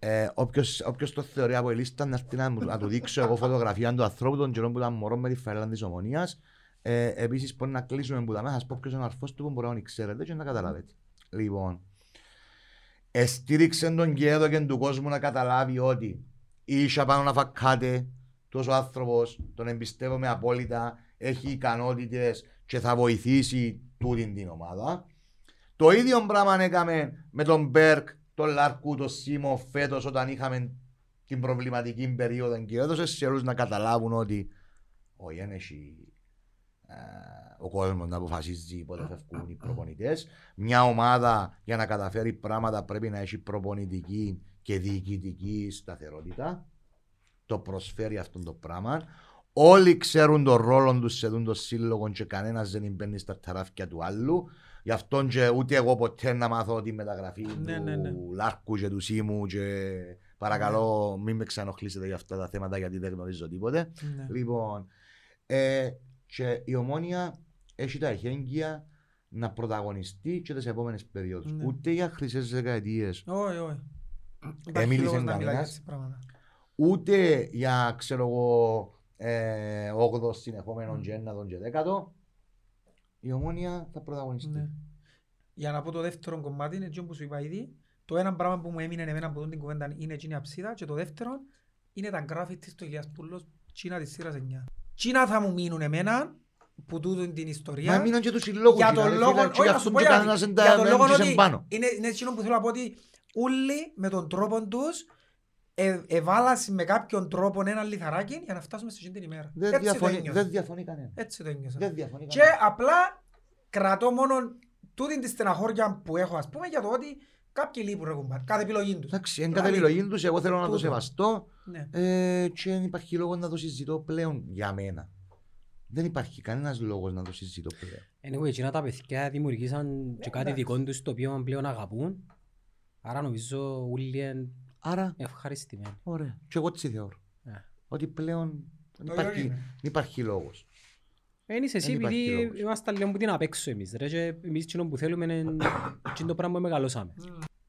Ε, όποιος, όποιος το θεωρεί από η λίστα να έρθει να, μου- να του δείξω εγώ φωτογραφία του ανθρώπου των καιρών που ήταν μωρός με τη φανέλα της Ομονίας. Ε, επίσης μπορεί να κλείσουμε που τα μέσα, θα σας πω ποιος είναι ο αρφός του που μπορεί να τον ξέρετε και να καταλάβετε. Λοιπόν, εστήριξε τον και έδωκεν του κόσμου να καταλάβει ότι είσαι πάνω να φακάτε, τόσο άνθρωπος, τον εμπιστεύομαι απόλυτα, έχει ικανότητες και θα βοηθήσει τούτη την ομάδα. Το ίδιο πράγμα έκαμε με τον Μπέρκ, τον Λαρκού, τον Σίμο φέτος όταν είχαμε την προβληματική περίοδο και έδωσες σε όλους να καταλάβουν ότι Όχι, δεν έχει ε, ο κόσμος να αποφασίζει πότε φεύγουν οι προπονητές. Μια ομάδα για να καταφέρει πράγματα πρέπει να έχει προπονητική και διοικητική σταθερότητα. Το προσφέρει αυτό το πράγμα. Όλοι ξέρουν τον ρόλο τους σε αυτόν τον σύλλογο και κανένας δεν μπαίνει στα ταράφια του άλλου. Γι' αυτό και ούτε εγώ ποτέ να μάθω τη μεταγραφή Ναι, του ναι, ναι. Λάρκου και του Σίμου και παρακαλώ Ναι. μην με ξανοχλήσετε για αυτά τα θέματα γιατί δεν γνωρίζω τίποτε. Ναι. Λοιπόν, ε, και η ομόνια έχει τα εχέγγυα να πρωταγωνιστεί και τις επόμενες περιόδους. Ναι. Ούτε για χρυσές δεκαετίες, Όχι, μίλησε όχι. Ναι. Υπάρχει λόγος να κανένας. μιλάει για έτσι πράγματα. ούτε για ξέρω εγώ ε, 8ο συνεχόμενο Μμ. και ένατο και δέκατο. Η ομόνια θα πρωταγωνιστεί. Ναι. Για να πω το δεύτερο κομμάτι είναι εκείνο που σου είπα ήδη. Το ένα πράγμα που μου έμεινε εμένα από τούτη την κουβέντα είναι εκείνη η αψίδα και το δεύτερο είναι τα γκράφη της του Γιασπούλος Κίνα της σειράς 9. Κίνα θα μου μείνουν εμένα που τούτον την ιστορία. Μα μείναν και τους συλλόγους. για τον λόγο, όχι, για να σου αυτόν πω και γιατί. κανένας δεν Για τα τον λόγο έμεινε ότι πάνω. είναι, είναι εκείνο που θέλω να πω ότι όλοι με τον τρόπο τους ε, εβάλασαν με κάποιον τρόπο ένα λιθαράκι για να φτάσουμε στη την ημέρα. Δεν Έτσι το διαφωνεί- ένιωσα. Δεν διαφωνεί κανένας. Έτσι το ένιωσα. Δεν διαφωνεί Και κανένας. απλά κρατώ μόνο τούτη τη στεναχώρια που έχω, ας πούμε, για το ότι κάποιοι λείπουν ρε κουμπάρ, κάθε επιλογή τους. Εντάξει, εν Λαλή. κατά επιλογή τους, εγώ θέλω να το Τούτο. σεβαστώ. Ναι. Ε, και δεν υπάρχει λόγος να το συζητώ πλέον για μένα. Δεν υπάρχει κανένας λόγος να το συζητώ πλέον. Anyway, εκείνα τα παιδιά δημιουργήσαν και κάτι εντάξει. δικό τους το οποίο πλέον αγαπούν. Άρα νομίζω όλοι είναι Άρα, ευχαριστημένοι. ωραία. Και εγώ έτσι θεωρώ. Ε. Ότι πλέον δεν Το υπάρχει, ίδιο είναι. δεν υπάρχει λόγος. Είναι είσαι εσύ Δεν υπάρχει επειδή λόγος. είμαστε λίγο που την απ' έξω εμείς. Ρε, και εμείς εκείνο που θέλουμε είναι εκείνο το πράγμα που μεγαλώσαμε.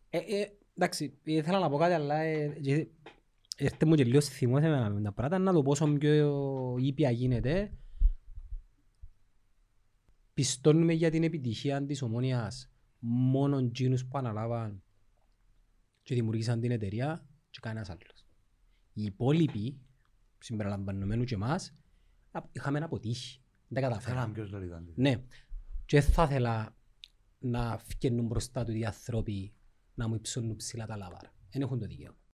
Ε, ε, εντάξει, ήθελα να πω κάτι, αλλά ε, ε, έρθε μου και λίγο στη θυμός εμένα με τα πράγματα, να το πόσο πιο ήπια γίνεται. Πιστώνουμε για την επιτυχία της ομόνιας μόνο εκείνους που αναλάβαν και δημιουργήσαν την εταιρεία και κανένας άλλος. Οι υπόλοιποι, συμπεριλαμβανομένου και εμάς, α- είχαμε αποτύχει. Δεν τα καταφέραμε. Θέλαμε ποιο το ήταν. Ναι. Και θα ήθελα να φκαινούν μπροστά του οι άνθρωποι να μου υψώνουν ψηλά τα λάβαρα. Δεν έχουν το δικαίωμα.